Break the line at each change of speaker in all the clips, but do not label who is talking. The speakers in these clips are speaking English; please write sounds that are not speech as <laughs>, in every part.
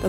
the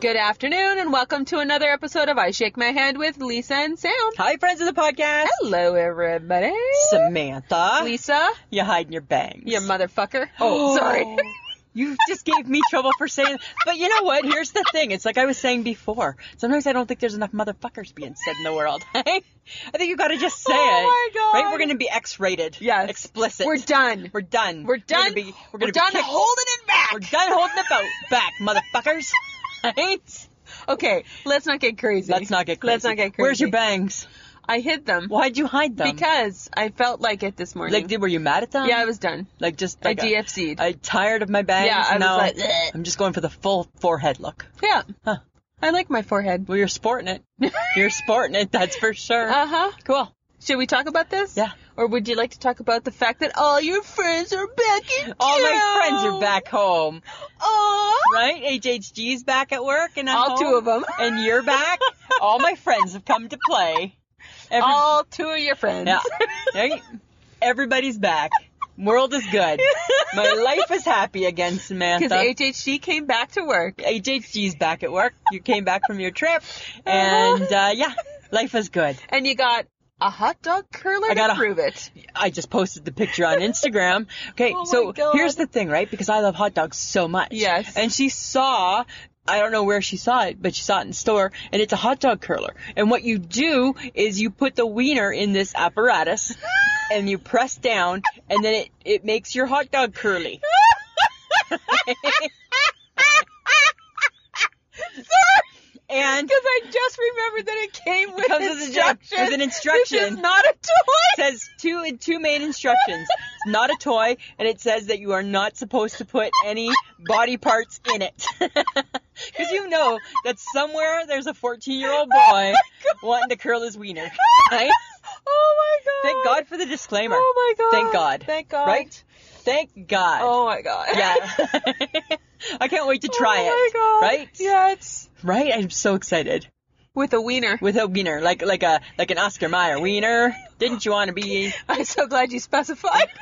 Good afternoon, and welcome to another episode of I Shake My Hand with Lisa and Sam.
Hi, friends of the podcast.
Hello, everybody.
Samantha.
Lisa,
You're hiding your bangs.
you motherfucker.
<gasps>
Oh, sorry. <laughs>
You just gave me trouble for saying, but you know what? Here's the thing. It's like I was saying before. Sometimes I don't think there's enough motherfuckers being said in the world. <laughs> I think you gotta just say
Oh
it.
my God.
Right? We're gonna be X-rated.
Yes.
Explicit.
We're done.
We're done.
We're done.
We're gonna be, we're gonna be
done
kicked.
holding it back.
We're done holding the boat back, motherfuckers. <laughs> Right?
Okay, let's not get crazy.
Let's not get crazy.
Let's not get crazy.
Where's your bangs?
I hid them
Why'd you hide them?
because I felt like it this morning.
like, did, were you um, mad at them?
yeah, I was done.
Like just
I
like a-
DFC'd.
I'm tired of my bangs.
Yeah, I was
now
like, "Bleh."
I'm just going for the full forehead look.
yeah.
Huh.
I like my forehead.
Well, you're sporting
<laughs>
it. you're sporting it. That's for sure.
Uh huh.
cool.
Should we talk about this?
Yeah.
Or would you like to talk about the fact that all your friends are back in
All my
town?
friends are back home, <laughs>
Aw.
right? HHG's back at work, and I'm
All
home,
two of them.
and you're back. All my friends have come to play. Every-
all two of your friends.
yeah, Right? everybody's back. World is good.
<laughs>
My life is happy again, Samantha.
Because HHG came back to work.
HHG's back at work. You came back from your trip,
Uh-huh.
and uh, yeah, life is good.
And you got a hot dog curler
I got
to
a-
prove
<laughs>
it.
I just posted the picture
<laughs>
on Instagram. Okay,
Oh my
so
God.
here's the thing, right? Because I love hot dogs so much.
Yes.
And she saw, I don't know where she saw it, but she saw it in the store, and it's a hot dog curler. And what you do is you put the wiener in this apparatus,
<laughs>
and you press down, and then it, it makes your hot
<laughs>
dog curly. <laughs> And
Because I just remembered that it came with
comes with a-
instructions.
with an instruction.
This is not a toy. <laughs>
says two and two main instructions. It's not a toy, and it says that you are not supposed to put any body parts in it. <laughs> Because you know that somewhere there's a 14 year old boy wanting to curl his
<laughs>
wiener. Right?
Oh my god.
Thank God for the disclaimer.
Oh my god.
Thank God.
Thank God.
Right? Thank God.
<laughs> Oh my god.
Yeah. <laughs> I can't wait to try
oh my
it.
God.
Right?
Yeah, it's
Right? I'm so excited.
with a wiener.
With a wiener, like like a like an Oscar Mayer wiener. Didn't you want to be
<laughs> I'm so glad you
<laughs>
specified. <laughs>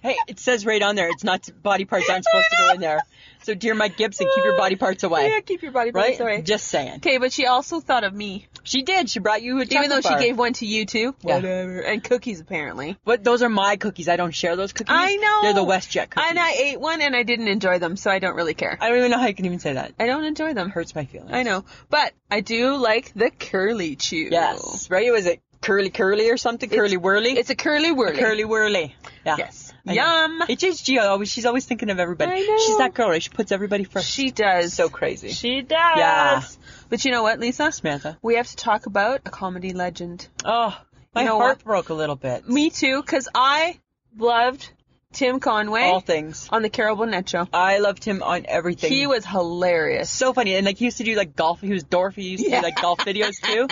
Hey, it says right on there. It's not body parts aren't supposed to go in there. So, dear Mike Gibson, keep your body parts away.
yeah, keep your body
right?
parts away.
Just saying.
Okay, but she also thought of me,
She did. She brought you a chocolate
even though
bar.
she gave one to you too.
Yeah.
Whatever. And cookies apparently.
But those are my cookies. I don't share those cookies.
I know.
They're the WestJet cookies.
And I ate one and I didn't enjoy them, so I don't really care.
I don't even know how you can even say that. It
I don't enjoy them.
hurts my feelings.
I know, but I do like the curly chew.
Yes. Right? Was it curly curly or something? curly whirly?
it's a curly whirly.
curly whirly. Yeah.
Yes.
I know.
Yum.
HHG always. She's always thinking of everybody.
I know.
She's that girl. Right? She puts everybody first.
She does.
so crazy.
She does.
Yeah.
But you know what, Lisa?
Samantha.
We have to talk about a comedy legend.
Oh, my
You know
heart
what?
broke a little bit.
Me too, because I loved Tim Conway
All things.
on the Carol Burnett show.
I loved him on everything.
He was hilarious.
so funny. And like he used to do like golf. He was Dorf. He used to
Yeah.
do like golf videos
<laughs>
too.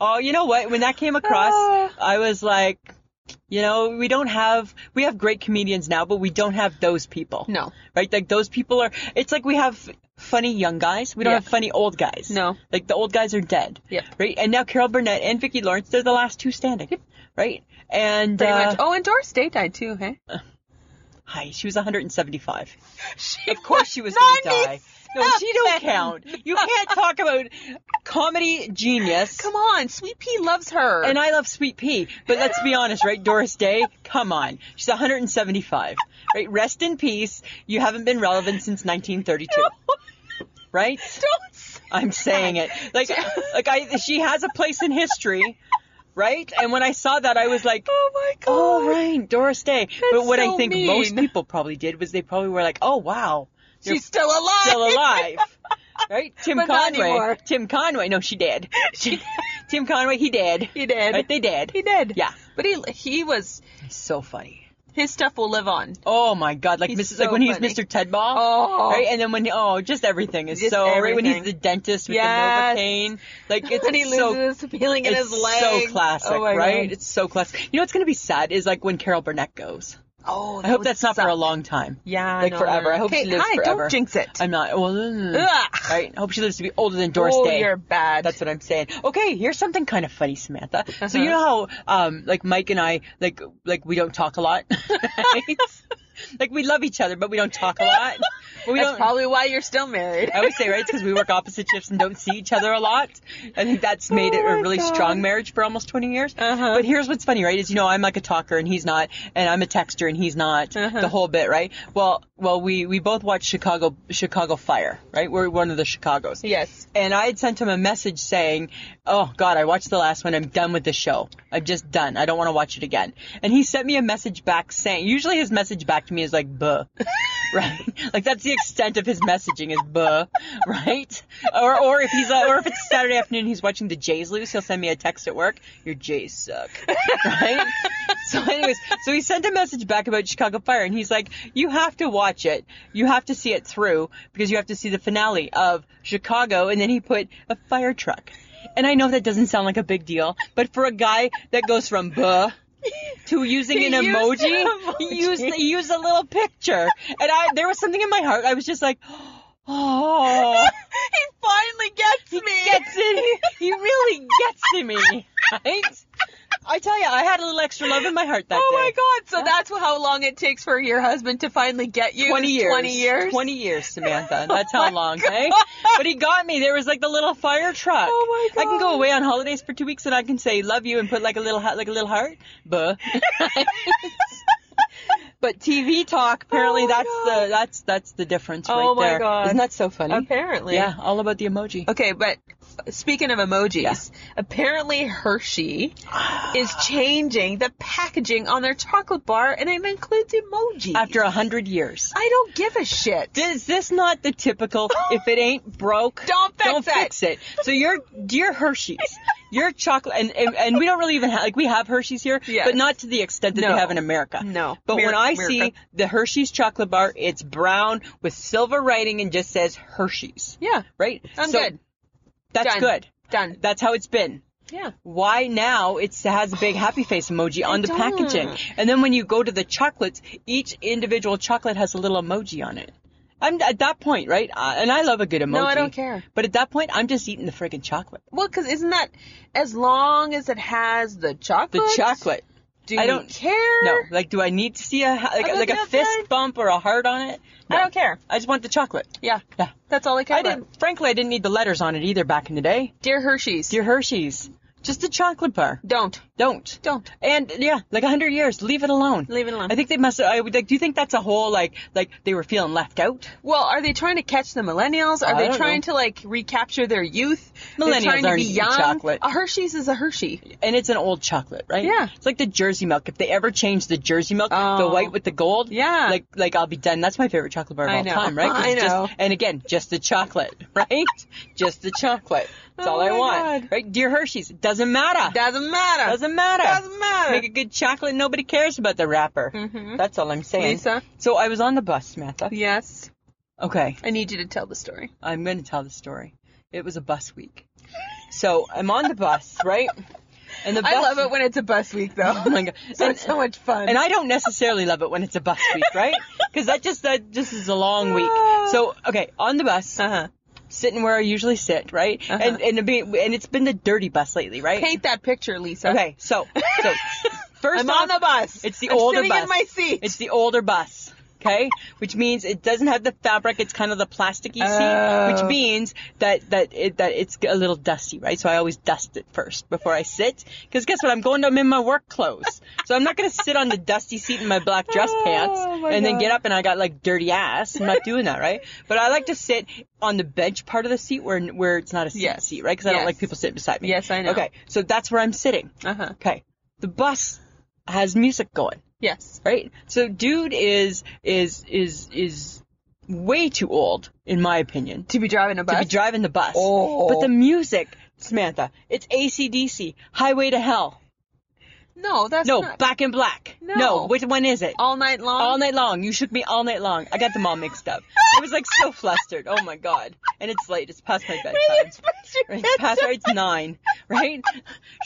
Oh, you know what? When that came across,
Ah.
I was like, you know, we don't have we have great comedians now, but we don't have those people.
No.
Right? Like those people are. It's like we have funny young guys. We don't
Yeah.
have funny old guys.
No.
Like the old guys are dead.
Yep.
Right. And now Carol Burnett and Vicki Lawrence, they're the last two standing. Right. And
Pretty
uh,
much. Oh, and Doris Day died too, hey?
hi, she was 175.
She
Of course she was
not
gonna die. No, she don't count. You can't talk about comedy genius.
Come on, Sweet Pea loves her.
And I love Sweet Pea, but let's be honest, right? Doris Day, come on. She's 175. Right? Rest in peace. You haven't been relevant since 1932. Right?
don't say
I'm saying it. Like like I she has a place in history, right? And when I saw that I was like,
Oh my god.
"Oh, right, Doris Day." but what I
so
think most
mean.
people probably did was they probably were like, "Oh, wow. You're
She's still alive.
<laughs> still alive." Right? Tim
But not
Conway.
anymore.
Tim Conway. No, she dead. <laughs> She Tim Conway, he dead.
He did.
Right? They dead.
He did.
Yeah.
But he he was
So funny.
his stuff will live on.
Oh my god, like
He's
Mrs.
so
like when he's
funny.
Mr. Tedball.
Oh.
Right? And then when oh, just everything is
Just
so right when he's
everything.
the dentist with
Yes.
the Novocaine. Like it's
and he
so
loses feeling in
it's
his leg.
so classic,
Oh my
right?
God.
It's so classic. You know what's going to be sad is like when Carol Burnett goes.
Oh,
I hope
would
that's not for
suck.
a long time.
Yeah,
like
no,
forever. I hope
okay,
she lives
hi,
forever.
Don't jinx it.
I'm not. Well, mm,
Ugh.
right. I hope she lives to be older than Doris
oh,
Day.
you're bad.
That's what I'm saying. Okay, here's something kind of funny, Samantha. So
Uh-huh.
you know how, um, like Mike and I, like, like we don't talk
<laughs>
a lot. right? like we love each other, but we don't talk
<laughs>
a lot. But we
That's
don't. Oh.
probably why you're still married.
I always say, right? It's because we work opposite shifts and don't see each other a lot. I think that's made it
Oh
a
my
really
God.
strong marriage for almost 20 years.
Uh-huh.
But here's what's funny, right? Is you know I'm like a talker and he's not, and I'm a texter and he's not.
Uh-huh.
The whole bit, right? Well, well, we we both watch Chicago Chicago Fire, right? We're one of the Chicago's.
Yes. <laughs>
And I had sent him a message saying, "Oh God, I watched the last one. I'm done with the show. I'm just done. I don't want to watch it again." And he sent me a message back saying, usually his message back to me is like, "Buh." <laughs> right? Like that's the extent of his messaging is buh, <laughs> right? Or or if he's uh, or if it's Saturday afternoon, he's watching the Jays lose. He'll send me a text at work. Your Jays suck,
<laughs>
right? so, anyways, so he sent a message back about Chicago Fire, and he's like, "You have to watch it. You have to see it through because you have to see the finale of Chicago." And then he put a fire truck. And I know that doesn't sound like a big deal, but for a guy that goes from buh to using
He
an
used
emoji,
an
he
emoji.
used he used a little picture, and I there was something in my heart. I was just like, <gasps> oh,
he finally gets me.
gets
<laughs>
it. He really gets to me, right? I tell you, I had a little extra love in my heart that
Oh
day.
my god! So that's how long it takes for your husband to finally get you.
Twenty
is
years.
Twenty years.
Twenty
<laughs>
years, Samantha. That's
Oh
how
my
long, eh? But he got me. There was like the little fire truck.
Oh my
I can go
God.
away on holidays for two weeks and I can say love you and put like a little heart, like a little heart. Buh. <laughs> but TV talk. Apparently,
Oh my
that's
God.
the that's that's the difference
Oh
right
my
there.
God.
Isn't that so funny?
Apparently.
Yeah, all about the emoji.
Okay, but speaking of emojis, apparently Hershey is changing the packaging on their chocolate bar, and it includes emojis.
After a hundred years.
I don't give a shit.
Is this not the typical? If it ain't broke,
<gasps> Don't fix
don't
it.
fix it. So your dear Hershey's, your chocolate, and, and and we don't really even have like we have Hershey's here,
Yes.
but not to the extent that
No.
they have in America.
No.
But when
Ameri-
I
America.
see the Hershey's chocolate bar, it's brown with silver writing and just says Hershey's.
yeah,
Right.
I'm
So
good.
That's
Done.
good.
Done.
That's how it's been
Yeah.
why now it has a big happy face emoji on the
don't.
packaging. And then when you go to the chocolates, each individual chocolate has a little emoji on it. I'm at that point, right? Uh, and I love a good emoji.
I don't care.
But at that point, I'm just eating the friggin' chocolate.
Well, because isn't that as long as it has the
The
chocolate?
chocolate.
Do
I
we
don't-
care.
No, like, do I need to see a ha- like,
don't
like
give
a
a
fist
flying-
bump or a heart on it?
I
No.
don't care.
I just want the chocolate.
Yeah,
Yeah.
that's all I care
I
about.
didn't. Frankly, I didn't need the letters on it either back in the day.
Dear Hershey's,
Dear Hershey's, just a chocolate bar.
don't,
Don't.
don't.
And yeah, like a hundred years, leave it alone.
Leave it alone.
I think they must. I would like. Do you think that's a whole like like they were feeling left out?
Well, are they trying to catch the millennials? Are
I
they
don't
trying
know.
to like recapture their youth? They're
Millennials
trying to
aren't
be
eating
young.
chocolate.
A Hershey's is a Hershey.
And it's an old chocolate, right?
Yeah.
It's like the Jersey milk. If they ever change the Jersey milk, the
Oh.
white with the gold,
Yeah.
like like I'll be done. That's my favorite chocolate bar of
I
all
know.
time, right?
<laughs>
'Cause
I
it's just-
know.
and again, just the chocolate, <laughs> right? just the chocolate. That's
Oh
all I
my
want,
God.
right? Dear Hershey's, it doesn't matter.
Doesn't matter.
doesn't matter.
Doesn't matter.
Make a good chocolate. Nobody cares about the wrapper.
Mhm.
That's all I'm saying.
Lisa?
So I was on the bus, Samantha.
yes,
Okay.
I need you to tell the story.
I'm going to tell the story. It was a bus week. So I'm on the bus, right? And the bus,
I love it when it's a bus week, though.
<laughs> Oh my god!
so
and,
it's so much fun.
and I don't necessarily love it when it's a bus week, right? Because that just that just is a long week. So okay, on the bus,
Ah. uh-huh.
sitting where I usually sit, right? And and it be, and it's been the dirty bus lately, right?
paint that picture, Lisa.
Okay, so so
<laughs>
first
I'm
off,
on the bus.
it's the
I'm
older
sitting
bus.
in my seat.
It's the older bus. okay? Which means it doesn't have the fabric. It's kind of the plasticky
Oh.
seat, which means that that it, that it's a little dusty, right? So I always dust it first before I sit, because guess what? I'm going. to I'm in my work clothes, so I'm not gonna sit on the dusty seat in my black dress
Oh,
pants
my
and then
God.
get up and I got like dirty ass. I'm not doing that, right? But I like to sit on the bench part of the seat where where it's not a seat
Yes.
seat, right? Because I don't
Yes.
like people sitting beside me.
Yes, I know.
Okay, so that's where I'm sitting.
Uh huh.
Okay. The bus has music going,
Yes.
right? So dude is is is is way too old, in my opinion,
To be driving a bus.
to be driving the bus.
Oh.
But the music, Samantha, it's ACDC, Highway to Hell.
no, that's
No,
not.
Black and Black.
No.
which one is it?
all night long.
All night long. You shook me all night long. I got them all mixed up. I was like so flustered. Oh my god. And it's late. It's past my bedtime.
It's past your
It's past right. It's
<laughs>
nine. Right?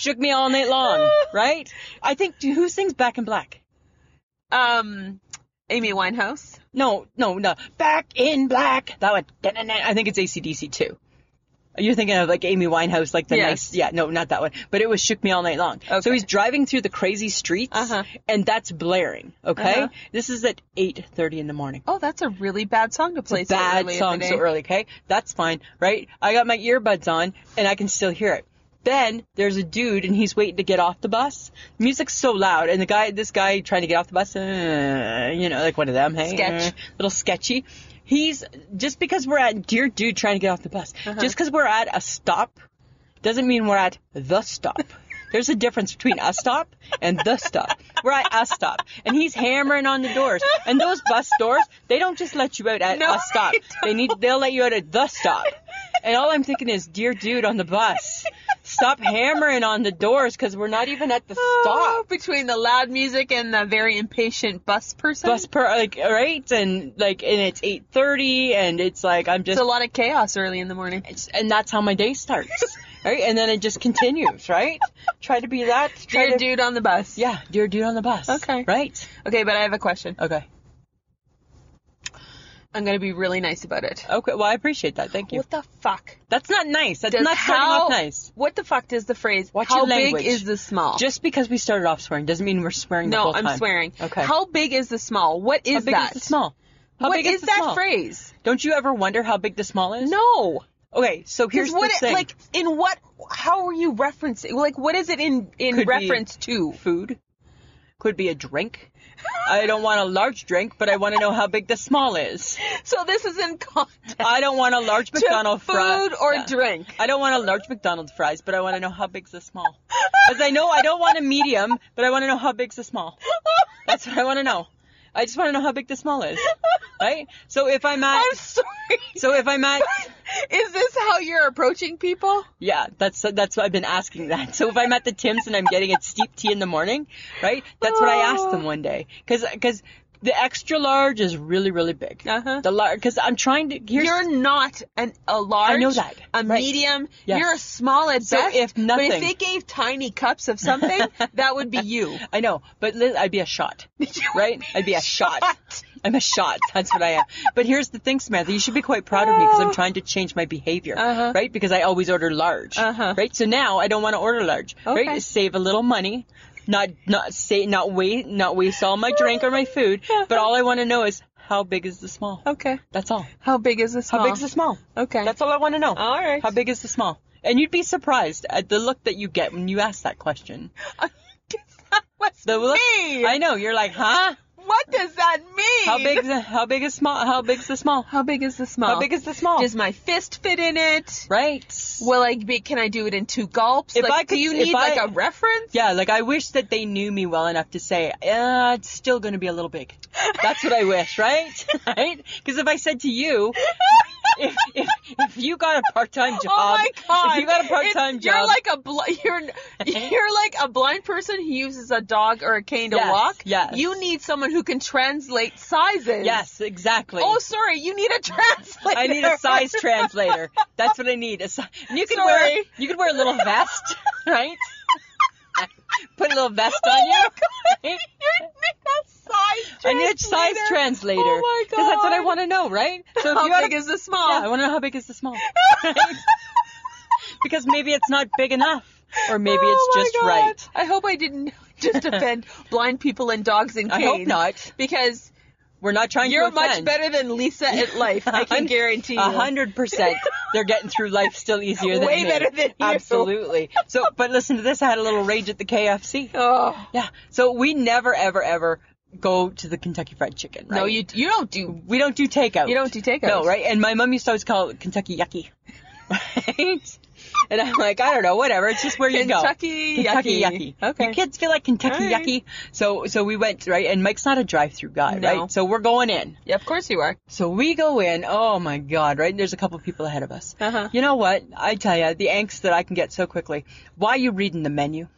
Shook me all night long. Right? I think who sings Back in Black?
Um, Amy Winehouse.
No, no, no. Back in Black. That one. Da-na-na. I think it's ACDC too. You're thinking of like Amy Winehouse, like the
Yes.
nice. Yeah, no, not that one. But it was Shook Me All Night Long.
Okay.
So he's driving through the crazy streets,
Uh-huh.
and that's blaring. Okay,
Uh-huh.
this is at 8:30 in the morning.
Oh, that's a really bad song to play. so
bad
early in the
song so
day.
early. Okay, that's fine, right? I got my earbuds on and I can still hear it. Then there's a dude and he's waiting to get off the bus. music's so loud, and the guy, this guy trying to get off the bus, uh, you know, like one of them, hey,
Sketch.
uh, little sketchy. He's just because we're at dear dude trying to get off the bus,
Uh-huh.
just because we're at a stop doesn't mean we're at the stop. There's a difference between a stop and the stop. We're at a stop, and he's hammering on the doors. And those bus doors, they don't just let you out at
No,
a stop.
they
They need, they'll let you out at the stop. And all I'm thinking is, dear dude on the bus, stop hammering on the doors because we're not even at the
Oh,
stop.
between the loud music and the very impatient bus person.
Bus per like right and like and it's eight thirty and it's like I'm
It's
just
a lot of chaos early in the morning.
it's- and that's how my day starts right and then it just continues right try to be that try
Dear
to
dude on the bus.
Yeah, dear dude on the bus.
Okay.
Right?
Okay, but I have a question.
Okay.
I'm gonna be really nice about it.
Okay, well, I appreciate that. Thank Uh, you.
What the fuck?
That's not nice. That's
Does
not starting
how,
off nice.
What the fuck does the phrase
Watch
how
your
big
language.
is the small?
Just because we started off swearing doesn't mean we're swearing the
no,
whole time.
I'm swearing.
Okay.
How big is the small? What is
How big
that?
is the small? How
What
big
is
the
that
small?
phrase?
Don't you ever wonder how big the small is?
No.
Okay, so
Because
here's
what
the
it,
thing.
like in what how are you referencing like what is it in in
Could be-
reference to?
food could be a drink. I don't want a large drink, but I want to know how big the small is.
So this is in context
I don't want a
<laughs>
large
to
McDonald's
food
fry.
or
Yeah. <laughs>
drink.
I don't want a large McDonald's fries, but I want to know how big's the small. Because I know I don't want a medium, but I want to know how big's the small. That's what I want to know. I just want to know how big the small is, right? So if I'm at,
<laughs> I'm sorry.
so if I'm at,
Is this how you're approaching people?
yeah, that's that's what I've been asking that. So if I'm at the Tim's and I'm getting a steep tea in the morning, right? That's what I asked them one day, because because the extra large is really really big.
Uh-huh.
The large, because I'm trying to. Here's,
You're not an a large.
I know that.
A
Right.
medium.
Yes.
You're a small at
So
best.
if
but if
nothing-
they gave tiny cups of
<laughs>
something, that would be you.
I know, but li- I'd be a
<laughs>
shot, right? I'd be a shot. I'm a shot. That's what I am. But here's the thing, Samantha. You should be quite proud of me because I'm trying to change my behavior,
Oh. Uh-huh.
right? Because I always order large,
Uh-huh.
right? So now I don't want to order large,
Okay.
right? Save a little money, not not say not waste not waste all my drink or my food. But all I want to know is how big is the small?
Okay.
That's all.
How big is this?
How big is the small?
Okay.
That's all I want to know.
All right.
How big is the small? And you'd be surprised at the look that you get when you ask that question.
<laughs> that was
The look,
me.
I know. You're like, huh?
what does that mean?
How big? How big is small? How big's the small?
How big is the small?
How big is the small?
Does my fist fit in it?
right.
Will I be? Can I do it in two gulps?
If
like,
I
do
could-
you
if
need
I-
like a reference?
Yeah, like I wish that they knew me well enough to say, uh, it's still going to be a little big. That's what I wish, right? <laughs> right? Because if I said to you, if, if, if you got a part-time <laughs> job,
Oh my god!
if you got a part-time
It's-
job,
You're like a bl- you're
<laughs>
you're like a blind person who uses a dog or a cane to
Yes,
walk.
yes.
You need someone who can translate sizes.
yes, exactly.
Oh, sorry. You need a <laughs> translator.
I need a
<laughs>
size translator. That's what I need. A si- and you can wear
Sorry.
you can wear a little vest, <laughs> right? Put a little vest on you. right?
Oh <laughs> You need a size translator.
I need a size translator.
Oh my god!
Because that's what I want to know,
<laughs>
right? So if
How
you had
big
a-
is the
Yeah,
small?
I want to know how big is
<laughs>
the small. <laughs> because maybe it's not big enough, or maybe
Oh
it's
my
just
God.
right.
<laughs>
<laughs>
I hope I didn't just offend blind people and dogs and
I
canes.
hope not.
Because
We're not trying
You're
to
much
offend.
better than Lisa at life.
<laughs>
I can
Hun-
guarantee you.
A hundred percent. They're getting through life still
<laughs>
easier than
Way
me.
better than you.
Absolutely. So, but listen to this. I had a little rage at the KFC.
Oh.
Yeah. So we never, ever, ever go to the Kentucky Fried Chicken. Right?
No, you you don't do
We don't do takeout.
you don't do takeout.
No, right? And my mum used to always call it Kentucky Yucky. <laughs> Right? And I'm like, I don't know, whatever. It's just where you go.
Kentucky
Kentucky
Yucky.
Yucky.
Okay.
Your kids feel like Kentucky
All right.
Yucky. So so we went, right? And Mike's not a drive-through guy,
No.
right? So we're going in.
Yeah, of course you are.
So we go in. Oh my God, right? And there's a couple people ahead of us.
Uh-huh.
You know what? I tell you, the angst that I can get so quickly. Why you reading the menu?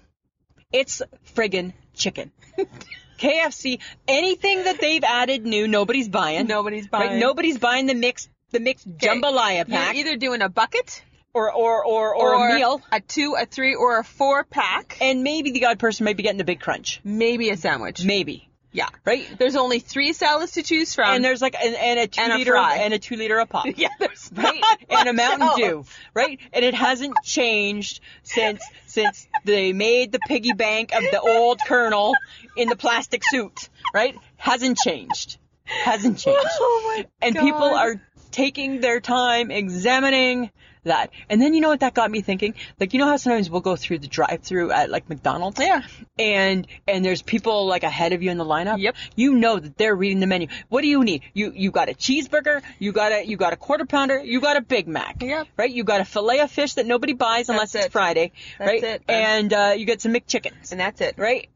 It's friggin' chicken. <laughs> KFC, anything that they've added new, nobody's buying.
Nobody's
Right?
buying.
Nobody's buying the mixed the mixed jambalaya
You're
pack
either doing a bucket
or, or or or a meal.
a two, a three, or a four pack,
And maybe the odd person might be getting the big crunch.
maybe a sandwich.
Maybe.
Yeah.
Right?
There's only three salads to choose from.
And there's like an, and a two
And a
liter
fry.
and a two liter a pop.
<laughs> yeah, there's
right?
not
<laughs> And a
much <laughs>
Mountain
else.
Dew, right? And it hasn't changed since since they made the piggy bank of the old colonel in the plastic suit, right? Hasn't changed. Hasn't changed.
Oh my
And people
God.
are taking their time examining that. And then you know what that got me thinking? Like you know how sometimes we'll go through the drive-through at like McDonald's?
Yeah.
And and there's people like ahead of you in the lineup.
Yep.
You know that they're reading the menu. What do you need? You you got a cheeseburger, you got a you got a quarter pounder, you got a Big Mac.
Yep.
Right? You got a fillet of fish that nobody buys unless
That's
it's
it.
Friday.
That's
right?
it.
And uh, you get some McChickens.
And that's it.
Right?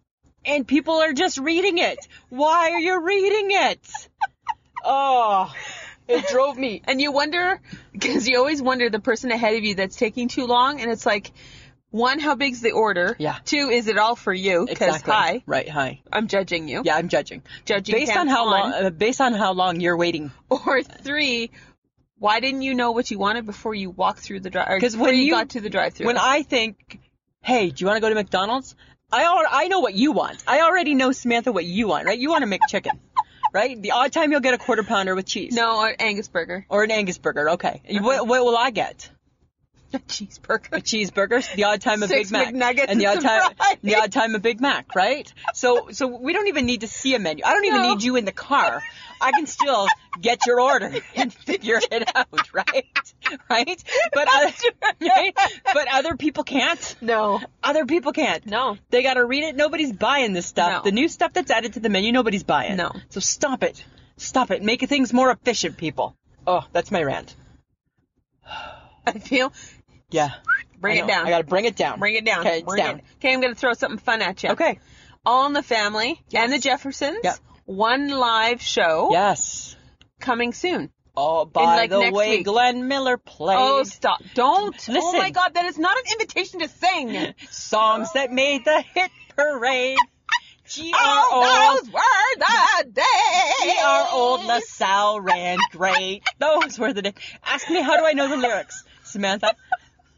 And people are just reading it. Why are you reading it? oh, it drove me
And you wonder, because you always wonder the person ahead of you that's taking too long, and it's like, one, how big's the order?
Yeah.
Two, is it all for you? Because
Exactly.
hi,
Right, hi.
I'm judging you.
Yeah, I'm judging.
Judging
based on
camp
how
on.
long uh, based on how long you're waiting.
Or three, why didn't you know what you wanted before you walked through the drive?
Because
Because
when you-
got to the drive-through,
When I think, "Hey, do you want to go to McDonald's?" I al- I know what you want. I already know Samantha what you want, right? You want a McChicken, right? The odd time you'll get a quarter pounder with cheese.
no, or Angus burger, <laughs>
Or an Angus burger, okay. What, what will I get?
cheeseburger.
A cheeseburger, the odd time a
Six
Big Mac,
McNuggets
and the odd
and
time
some fries.
the odd time a Big Mac, right? So so we don't even need to see a menu. I don't even
No.
need you in the car. I can still get your order <laughs> and figure it out, <laughs> right? Right? But other, <laughs> right? but other people can't.
No,
Other people can't.
no.
They got to read it. Nobody's buying this stuff.
No.
The new stuff that's added to the menu, nobody's buying.
No.
So stop it. Stop it. Make things more efficient, people. Oh, that's my rant.
<laughs> I feel
Yeah.
Bring
I
it
know.
down.
I got to bring it down.
bring it down.
Okay, it's
Bring it-
down.
Okay, I'm gonna throw something fun at you.
Okay.
All in the Family and the Jeffersons.
Yep.
One live show
Yes.
coming soon.
Oh, by
like,
the
next
way,
week.
Glenn Miller played
Oh, stop. Don't. Oh,
Listen.
my God. That is not an invitation to
<laughs>
sing.
songs that made the hit
<laughs>
parade.
All Oh,
G-R-O.
those were the days.
Oh, We are old LaSalle ran great. Those were the days. Ask me how do I know the lyrics, Samantha?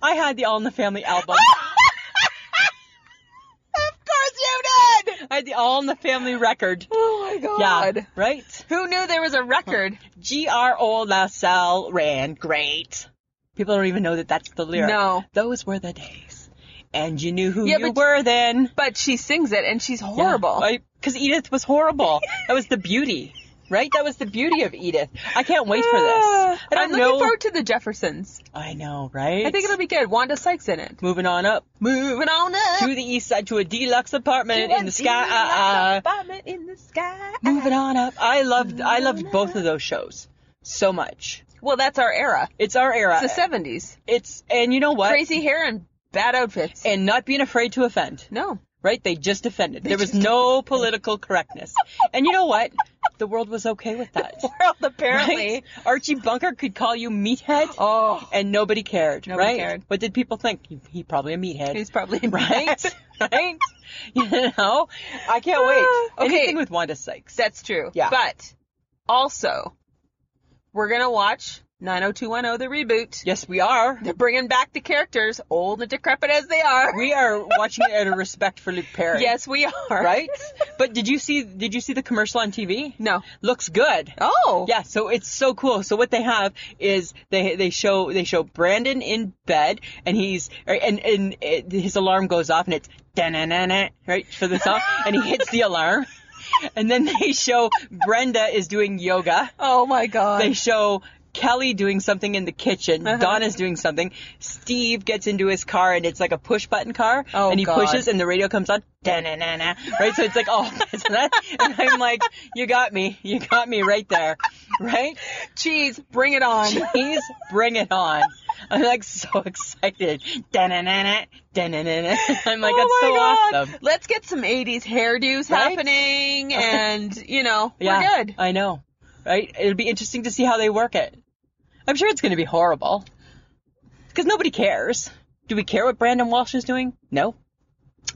I had the All in the Family album.
<laughs> Of course you did.
I had the All in the Family record.
Oh, my
Yeah,
God.
right?
Who knew there was a record?
G-R-O LaSalle ran great. People don't even know that that's the lyric.
No.
Those were the days. And you knew who
Yeah,
you
but-
were then.
But she sings it and she's horrible.
Because Edith was horrible. that was the beauty, right? That was the beauty of Edith. I can't wait for this. I
am
don't know.
Ah, looking forward to the Jeffersons.
I know, right?
I think it'll be good. Wanda Sykes in it.
moving on up
Moving on up.
to the east side to a deluxe apartment in the sky. Uh, uh,
Apartment in the sky.
moving on up. I loved. I loved both of those shows so much.
Well, that's our era.
It's our era.
It's the 70s.
It's and you know what?
Crazy hair and bad outfits.
And not being afraid to offend.
no.
Right? They just offended. there was no political correctness. And you know what? The world was okay
<laughs>
with that.
World apparently.
Right? <laughs> Archie Bunker could call you <gasps> meathead.
Oh.
and nobody cared,
Nobody
right?
cared.
What did people think? He, he probably a meathead,
He's probably <laughs>
<laughs> right? right? You know, I can't
Ah,
wait.
okay.
Anything with Wanda Sykes.
That's true.
Yeah.
But also, we're gonna watch 90210 the reboot.
Yes, we are.
They're bringing back the characters, old and decrepit as they are. <laughs>
We are watching it out of respect for Luke Perry.
Yes, we are.
Right? But did you see did you see the commercial on TV?
No.
Looks good.
Oh.
Yeah, so it's so cool. So what they have is they they show they show Brandon in bed and he's and and uh, his alarm goes off and it's da na na right for the song and he hits the alarm And then they show Brenda is doing yoga.
Oh my god.
They show Kelly doing something in the kitchen.
Uh-huh.
Donna's doing something. Steve gets into his car and it's like a push button car.
Oh,
and he
God.
pushes and the radio comes on. Da-na-na-na. Right? So it's like, oh, <laughs> that's that. And I'm like, you got me. You got me right there. Right?
Jeez, bring it
<laughs>
on.
Please bring it on. I'm like so <laughs> excited. Da-na-na-na. Da-na-na-na. I'm
Oh
like, that's so awesome.
Let's get some 80s hairdos
Right? <laughs>
happening and, you know,
yeah,
we're good.
I know. Right? It'll be interesting to see how they work it. I'm sure it's going to be horrible. Because nobody cares. Do we care what Brandon Walsh is doing? No.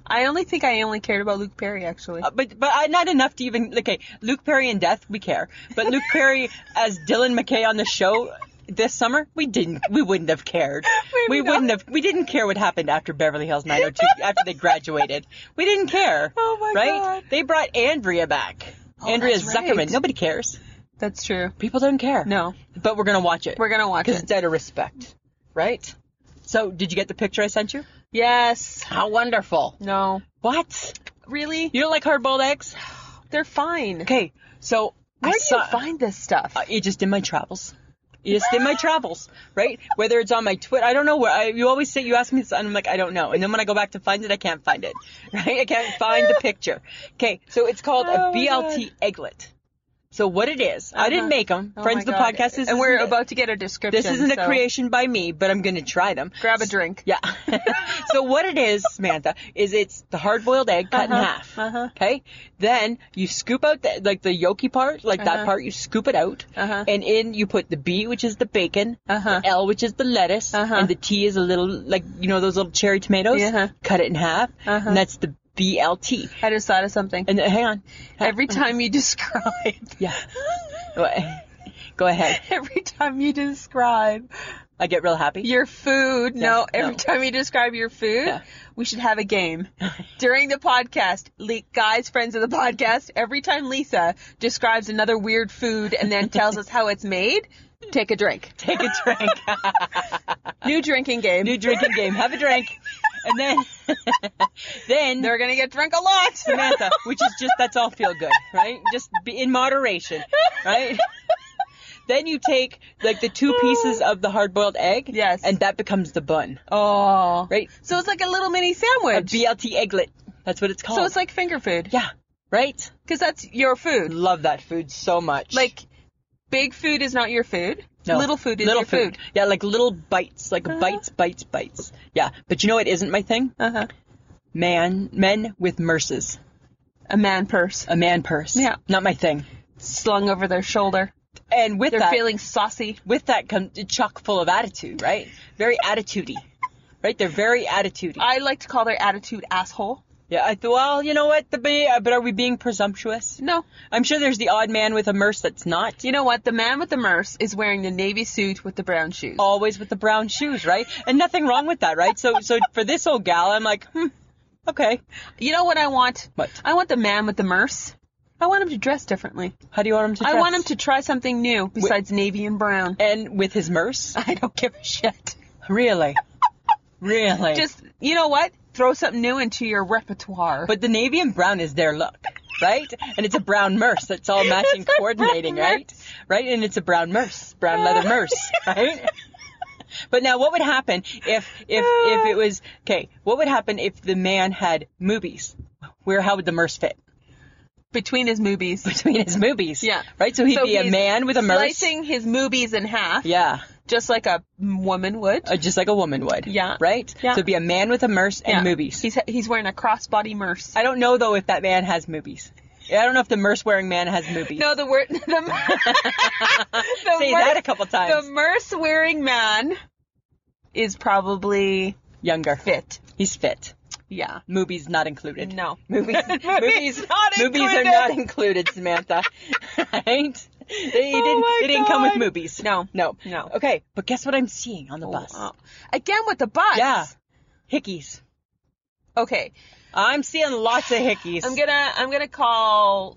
I only think I only cared about Luke Perry, actually.
Uh, But but I, not enough to even okay. Luke Perry and Death, we care.
<laughs>
But Luke Perry as Dylan McKay on the show this summer, we didn't. We wouldn't
<laughs>
have cared.
Maybe
we
not.
wouldn't have. We didn't care what happened after Beverly
<laughs>
Hills 902 after they graduated. We didn't care.
Oh my
right?
God. Oh,
They brought Andrea back. Andrea
that's right.
Zuckerman. Nobody cares.
That's true.
People don't care.
No.
But we're gonna watch it.
We're going to watch
because
it.
it's out of respect, right? So did you get the picture I sent you?
Yes.
How wonderful.
No.
What?
Really?
You don't like hard boiled eggs?
They're fine.
Okay, so
Where
I
do
saw,
you find this stuff?
Uh, it just in my travels. It
<laughs>
just in my travels, right? Whether it's on my Twitter, I don't know where. I, you always say you ask me this, and I'm like, I don't know. And then when I go back to find it, I can't find it, <laughs> right? I can't find the picture. Okay, so it's called
Oh
a
my
BLT egglet. So what it is, I
Uh-huh.
didn't make them.
Oh
Friends
my
of the
God.
podcast is
And we're
isn't-
about to get a description.
This isn't
so
a creation by me, but I'm gonna try them.
Grab a drink.
Yeah. <laughs> so what it is, Samantha, is it's the hard-boiled egg cut in
Uh-huh,
half.
uh-huh.
Okay. Then you scoop out the, like the yolky part, like
Uh-huh.
that part. You scoop it out,
Uh-huh.
and in you put the B, which is the bacon,
Uh-huh.
the L, which is the lettuce,
Uh-huh.
and the T is a little like you know those little cherry tomatoes.
Yeah.
Cut it in half,
Uh-huh.
and that's the BLT.
I just thought of something.
And then- hang on.
Every time you describe, <laughs>
Yeah. Go ahead.
every time you describe
I get real happy.
your food, no,
No,
every
no.
time you describe your food,
Yeah.
we should have a
<laughs>
game during the podcast. Le- guys, friends of the podcast, every time Lisa describes another weird food and then tells us how it's made, take a drink.
<laughs> Take a drink.
<laughs> New drinking game.
New drinking game. Have a drink, and then <laughs> then
They're gonna get drunk a lot.
Samantha, which is just that's all feel good, right? Just be in moderation, right? Then you take like the two pieces of the hard-boiled egg,
Yes.
and that becomes the bun,
Oh,
right?
so it's like a little mini
A
sandwich.
BLT egglet. That's what it's called.
so it's like finger food
yeah, right.
because that's your food.
Love that food so much.
Like, big food is not your food.
No.
Little food is
little
your food.
Yeah, like little bites, like bites, bites, bites. Yeah, but you know what isn't my thing?
Uh-huh.
Man, men with merces,
A man purse
a man purse.
Yeah.
not my thing.
slung over their shoulder.
And with
They're
that,
feeling saucy.
with that comes chock full of attitude, right? Very attitudey, right? They're very attitudey.
I like to call their attitude asshole.
yeah, I th- well, you know what? The be- uh, but are we being presumptuous?
No.
I'm sure there's the odd man with a merce that's not.
You know what? The man with the merce is wearing the navy suit with the brown shoes.
Always with the brown shoes, right? And nothing wrong with that, right? So, so for this old gal, I'm like, hmm, okay.
You know what I want?
What?
I want the man with the merce. I want him to dress differently.
How do you want him to?
I
dress? Eh.
want him to try something new besides navy and brown.
And with his
<laughs>
merce?
I don't give a shit.
Really? really?
Just, you know what? Throw something new into your repertoire.
But the navy and brown is their look, right? And it's a brown merce. That's all
<laughs>
matching,
It's a
coordinating,
brown
right? Right? And it's a brown merce, brown leather merce,
<laughs>
right? But now, what would happen if if if it was okay? What would happen if the man had movies? Where how would the merce fit
between his movies.
between his movies?
Yeah.
right. So he'd
So
be a
he's
man with a merce.
Slicing his movies in half.
Yeah,
Just like a woman would.
uh, just like a woman would.
Yeah.
right.
Yeah.
So it'd be a man with a merce and
Yeah.
movies.
He's he's wearing a crossbody merce.
I don't know though if that man has movies. I don't know if the merce wearing man has movies.
no, the word <laughs> the,
<laughs>
the
say
mer-
that a couple times.
the merce wearing man is probably
Younger.
fit.
He's fit.
Yeah.
Movies not included.
No.
<laughs> Movies. movies.
<laughs> Movies not
movies
included.
are not included,
<laughs>
Samantha. right? They
Oh
didn't.
my
They didn't come with
God.
movies.
No.
No.
No.
Okay, but guess what I'm seeing on the bus?
Oh. Again with the bus.
Yeah. Hickeys.
Okay.
I'm seeing lots of hickeys.
I'm gonna I'm gonna call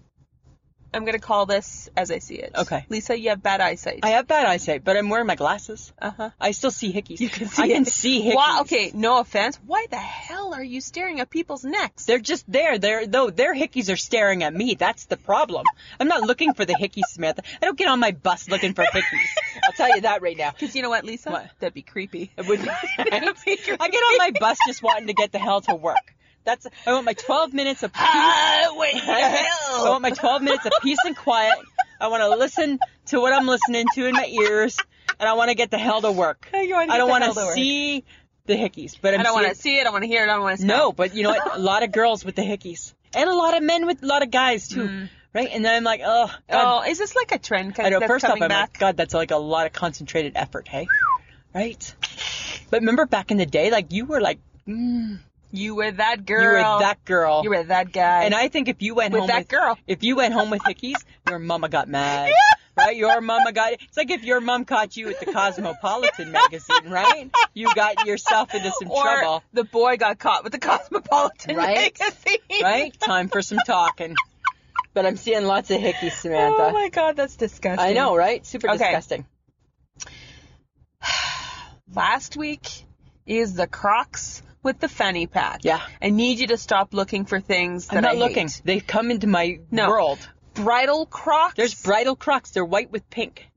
I'm gonna call this as I see it.
Okay.
Lisa, you have bad eyesight.
I have bad eyesight, but I'm wearing my glasses.
uh huh.
I still see hickeys.
You can see
I can
it.
see hickeys.
Why, okay, no offense. Why the hell are you staring at people's necks?
They're just there. They're though their hickeys are staring at me. That's the problem. I'm not looking for the hickeys, Samantha. I don't get on my bus looking for
<laughs>
hickeys. I'll tell you that right now.
Because you know what, Lisa?
What?
That'd be creepy. <laughs>
It would be-
That'd be creepy.
I get
<laughs>
on my bus just wanting to get the hell to work. That's I want my 12 minutes of peace.
Highway to
I want my 12 minutes of peace and quiet. I want to listen to what I'm listening to in my ears, and I want to get the hell to work.
You wanna get
I
the
don't want
hell to
to
work.
see the hickeys, but I'm
I don't want
seeing-
to see it. I don't want to hear it. I don't want to smell.
No, but you know what? A lot of girls with the hickeys, and a lot of men with a lot of guys too, right? And then I'm like, oh, God.
Mm. Oh, is this like a trend kind
I know.
that's
First off, I'm
coming back?
like, God, that's like a lot of concentrated effort, hey? Right? But remember back in the day, like you were like
you were that girl.
you were that girl,
You were that guy.
and I think if you went
With
home
that
with
<laughs> girl.
if you went home with hickeys, your mama got <laughs> mad. Right, your mama got. It's like if your mom caught you at the Cosmopolitan magazine, right? You got yourself into some
or
trouble.
the boy got caught with the <laughs> Cosmopolitan
Right?
magazine.
<laughs> right? Time for some talking. But I'm seeing lots of hickeys,
<laughs>
Samantha.
Oh my god, that's disgusting.
I know, right? Super
Okay.
disgusting.
Last week is the Crocs with the fanny pack.
Yeah.
I need you to stop looking for things that
I'm not
I
looking.
hate.
They've come into my
No.
world.
Bridal Crocs.
There's bridal crocs. They're white with pink.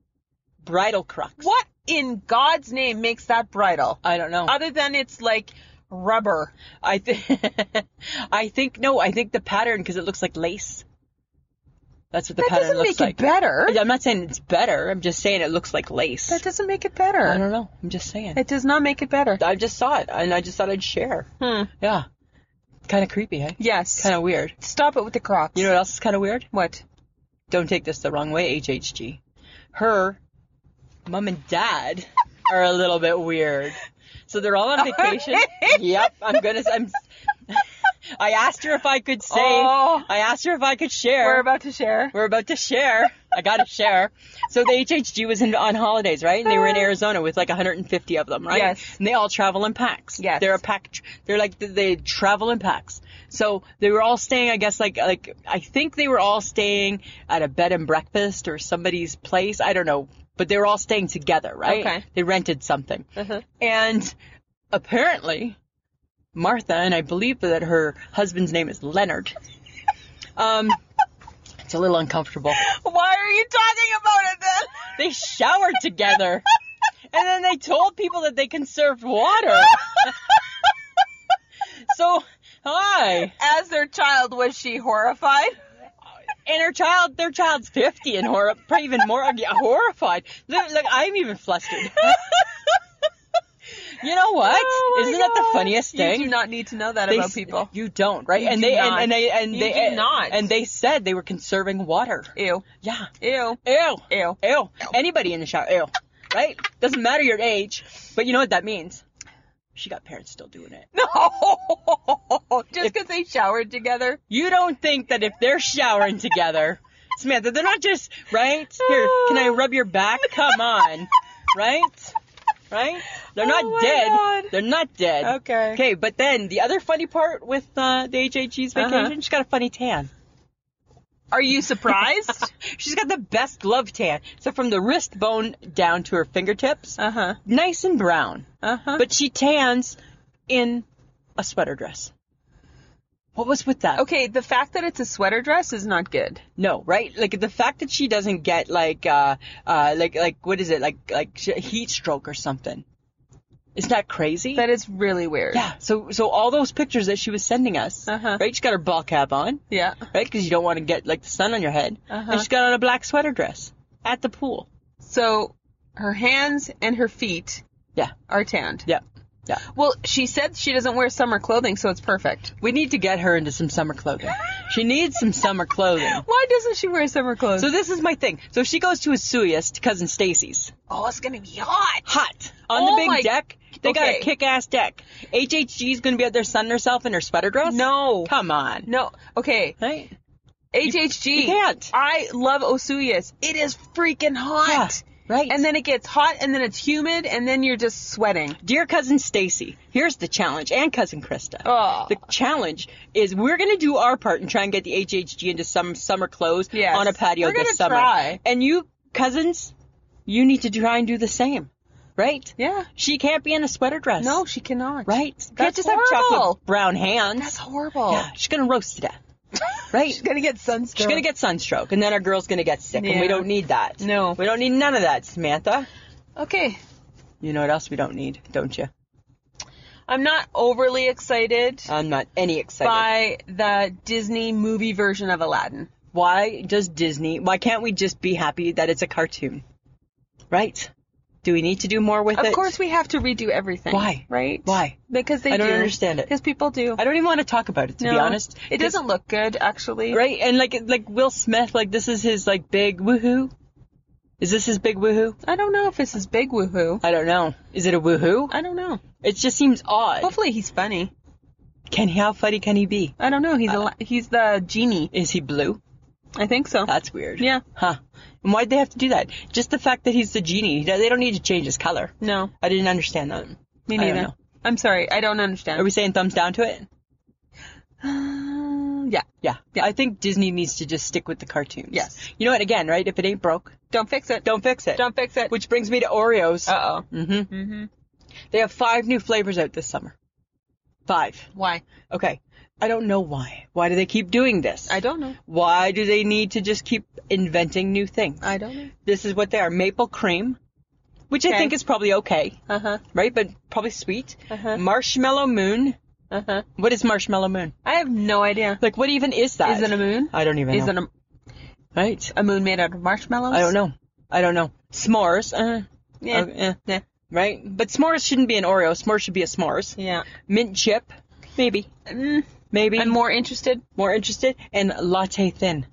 Bridal crocs.
what in God's name makes that bridal?
I don't know.
Other than it's like rubber.
I think. <laughs> I think no. I think the pattern because it looks like lace. That's what the
That
pattern
doesn't
looks
make
like.
it better.
I'm not saying it's better. I'm just saying it looks like lace.
That doesn't make it
I
better.
don't know. I'm just saying.
It does not make it better.
I just saw it and I just thought I'd share.
Hmm.
Yeah. Kind of creepy, eh?
Yes.
Kind of weird.
Stop it with the Crocs.
You know what else is kind of weird?
what?
Don't take this the wrong way, HHG. Her mom and dad are a little bit weird. So they're all on vacation. yep, I'm gonna. I'm. <laughs> I asked her if I could say.
Oh.
I asked her if I could share.
We're about to
<laughs>
share.
We're about to share. I gotta share. So the HHG was in, on holidays, right? And they were in Arizona with like 150 of them, right?
Uh, Yes.
And they all travel in packs.
Yes.
They're a pack. tr- They're like they travel in packs. So they were all staying, I guess, like like I think they were all staying at a bed and breakfast or somebody's place. I don't know, but they were all staying together, right?
Okay.
They rented something,
Uh-huh.
and apparently Martha, and I believe that her husband's name is Leonard. Um, it's a little uncomfortable.
Why are you talking about it then?
They showered together, and then they told people that they conserved
<laughs>
water. so, hi,
As their child, was she horrified?
and her child, their child's fifty and hor- probably even more yeah, horrified. Look, look, I'm even flustered. <laughs> you know what?
Oh my
Isn't that the
God.
funniest thing?
You do not need to know that
They
about
s-
people.
You don't, right?
You
and
do
they
not.
and and they and
You
they
do
and,
not.
and they said they were conserving water.
Ew.
Yeah.
Ew.
Ew.
Ew.
Ew. Anybody in the shower. Ew. Right? Doesn't matter your age, but you know what that means. She got parents still doing it.
<laughs> No. <laughs> Just because they showered together.
You don't think that if they're showering together, <laughs> Samantha, they're not just right here. Can I rub your back? Come on, right? Right? They're not
Oh my
dead.
God.
They're not dead.
Okay.
Okay, but then the other funny part with uh, the HHG's vacation,
Uh-huh.
she got a funny tan.
Are you
<laughs>
surprised?
She's got the best glove tan. So from the wrist bone down to her fingertips,
uh huh.
nice and brown.
Uh huh.
But she tans in a sweater dress. What was with that?
Okay, the fact that it's a sweater dress is not good.
No, right? Like the fact that she doesn't get like uh uh like like what is it? Like like sh- heat stroke or something. Isn't that crazy?
That is really weird.
yeah. So so all those pictures that she was sending us,
Uh-huh.
right? She's got her ball cap on,
Yeah.
right? Because you don't want to get like the sun on your head.
Uh-huh.
And she's got on a black sweater dress at the pool.
So her hands and her feet
Yeah.
are tanned.
Yeah. Yeah.
Well, she said she doesn't wear summer clothing, so it's
<gasps>
perfect.
We need to get her into some summer clothing. she needs some summer clothing.
Why doesn't she wear summer clothes?
So this is my thing. So she goes to Asuyas to cousin Stacy's.
oh, it's gonna be hot.
hot on
Oh
the big
my-
deck. They got a
Okay.
kick-ass deck. HHG's gonna be out there sunning herself in her sweater dress.
No.
come on,
No. Okay.
right?
HHG.
you can't.
I love Osuyas. It is freaking hot.
Right.
And then it gets hot and then it's humid and then you're just sweating.
Dear cousin Stacy, here's the challenge, and cousin Krista.
Oh.
The challenge is we're going to do our part and try and get the HHG into some summer clothes
Yes.
on a patio
We're gonna
this summer.
try.
And you cousins, you need to try and do the same, right?
Yeah.
She can't be in a sweater dress.
No, she cannot.
right. can't
That's
just have
horrible.
chocolate brown hands.
That's horrible.
Yeah, she's gonna roast to death. <laughs> Right.
She's gonna get sunstroke.
She's gonna get sunstroke, and then our girl's gonna get sick, and we
Yeah.
don't need that.
No.
we don't need none of that, Samantha.
okay.
You know what else we don't need, don't you?
I'm not overly excited
I'm not any excited.
by the Disney movie version of Aladdin.
Why does Disney? Why can't we just be happy that it's a cartoon? Right? Do we need to do more with
Of
it?
course, we have to redo everything.
Why?
Right?
Why?
Because they
I don't
do.
understand it.
Because people do.
I don't even want to talk about it to be
No.
honest.
It
Just-
doesn't look good, actually.
right. And like like Will Smith, like this is his like big woohoo. Is this his big woohoo?
I don't know if this is big woohoo.
I don't know. Is it a woohoo?
I don't know.
It just seems odd.
Hopefully he's funny.
Can he? How funny can he be?
I don't know. He's a, he's the genie.
Is he blue?
I think so.
That's weird.
Yeah.
Huh. And why'd they have to do that? Just the fact that he's the genie. They don't need to change his color.
No,
I didn't understand that.
me
I don't
neither.
know.
I'm sorry. I don't understand.
Are we saying thumbs down to it?
Uh, <sighs> yeah.
Yeah. I think Disney needs to just stick with the cartoons.
Yes.
You know what? Again, right? If it ain't broke,
Don't fix it.
don't fix it.
Don't fix it.
Which brings me to Oreos.
Uh oh.
mm-hmm. Mm-hmm. They have five new flavors out this summer. Five.
Why?
Okay. I don't know why. Why do they keep doing this?
I don't know.
Why do they need to just keep inventing new things?
I don't know.
this is what they are: maple cream, which I
Okay.
think is probably okay,
Uh huh.
right? But probably sweet.
Uh-huh.
Marshmallow moon.
Uh huh.
What is marshmallow moon?
I have no idea.
Like, what even is that?
Is it a moon?
I don't even
Is
know.
it a,
right?
a moon made out of marshmallows?
I don't know. I don't know. S'mores. Uh,
Yeah.
okay, eh,
Yeah.
right? But s'mores shouldn't be an Oreo. S'mores should be a s'mores.
Yeah.
Mint chip. Maybe.
Mm,
Maybe.
I'm more interested.
more interested. And latte thin.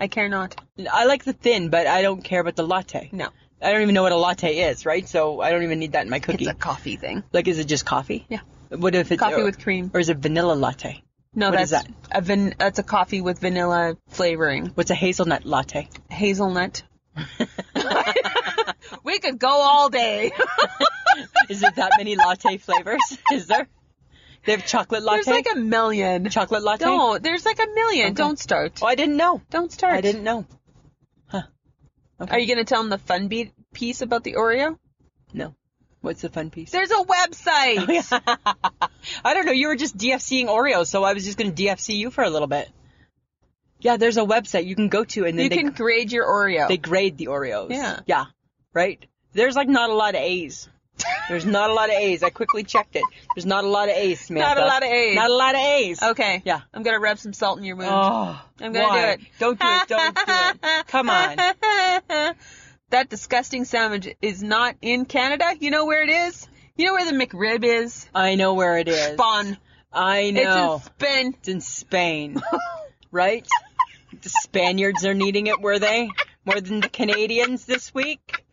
I care not.
I like the thin, but I don't care about the latte.
No.
I don't even know what a latte is, right? So I don't even need that in my cookie.
It's a coffee thing.
like, is it just coffee?
Yeah.
What if it's
Coffee
or-
with cream.
Or is it vanilla latte?
No,
What
that's
is
a van- that's a coffee with vanilla flavoring.
What's a hazelnut latte? <laughs>
Hazelnut. we could go all
<laughs>
day.
Is it that many latte
<laughs>
flavors? Is there? They have chocolate latte.
There's like a million.
chocolate latte.
No, there's like a million. Don't start.
Oh, I didn't know.
Don't start.
I didn't know.
Are you gonna tell them the fun beat piece about the Oreo?
No. What's the fun piece?
There's a website.
<laughs> I don't know. You were just DFCing Oreos, so I was just going to DFC you for a little bit. Yeah, there's a website you can go to, and then
You
<laughs> they
can grade your Oreo.
they grade the Oreos.
Yeah.
Yeah. Right. There's like not a lot of A's. There's not a lot of A's. I quickly checked it. There's not a lot of A's, Samantha.
Not a lot of A's.
Not a lot of A's.
okay.
Yeah.
I'm gonna rub some salt in your wound.
Oh,
I'm gonna
why?
do it.
Don't do it. Don't do
<laughs>
it. Come on.
that disgusting sandwich is not in Canada. You know where it is? You know where the McRib is?
I know where it is.
Spawn.
I know.
It's in Spain.
It's
<laughs>
in Spain, right? the Spaniards are needing it, were they? More than the Canadians this week.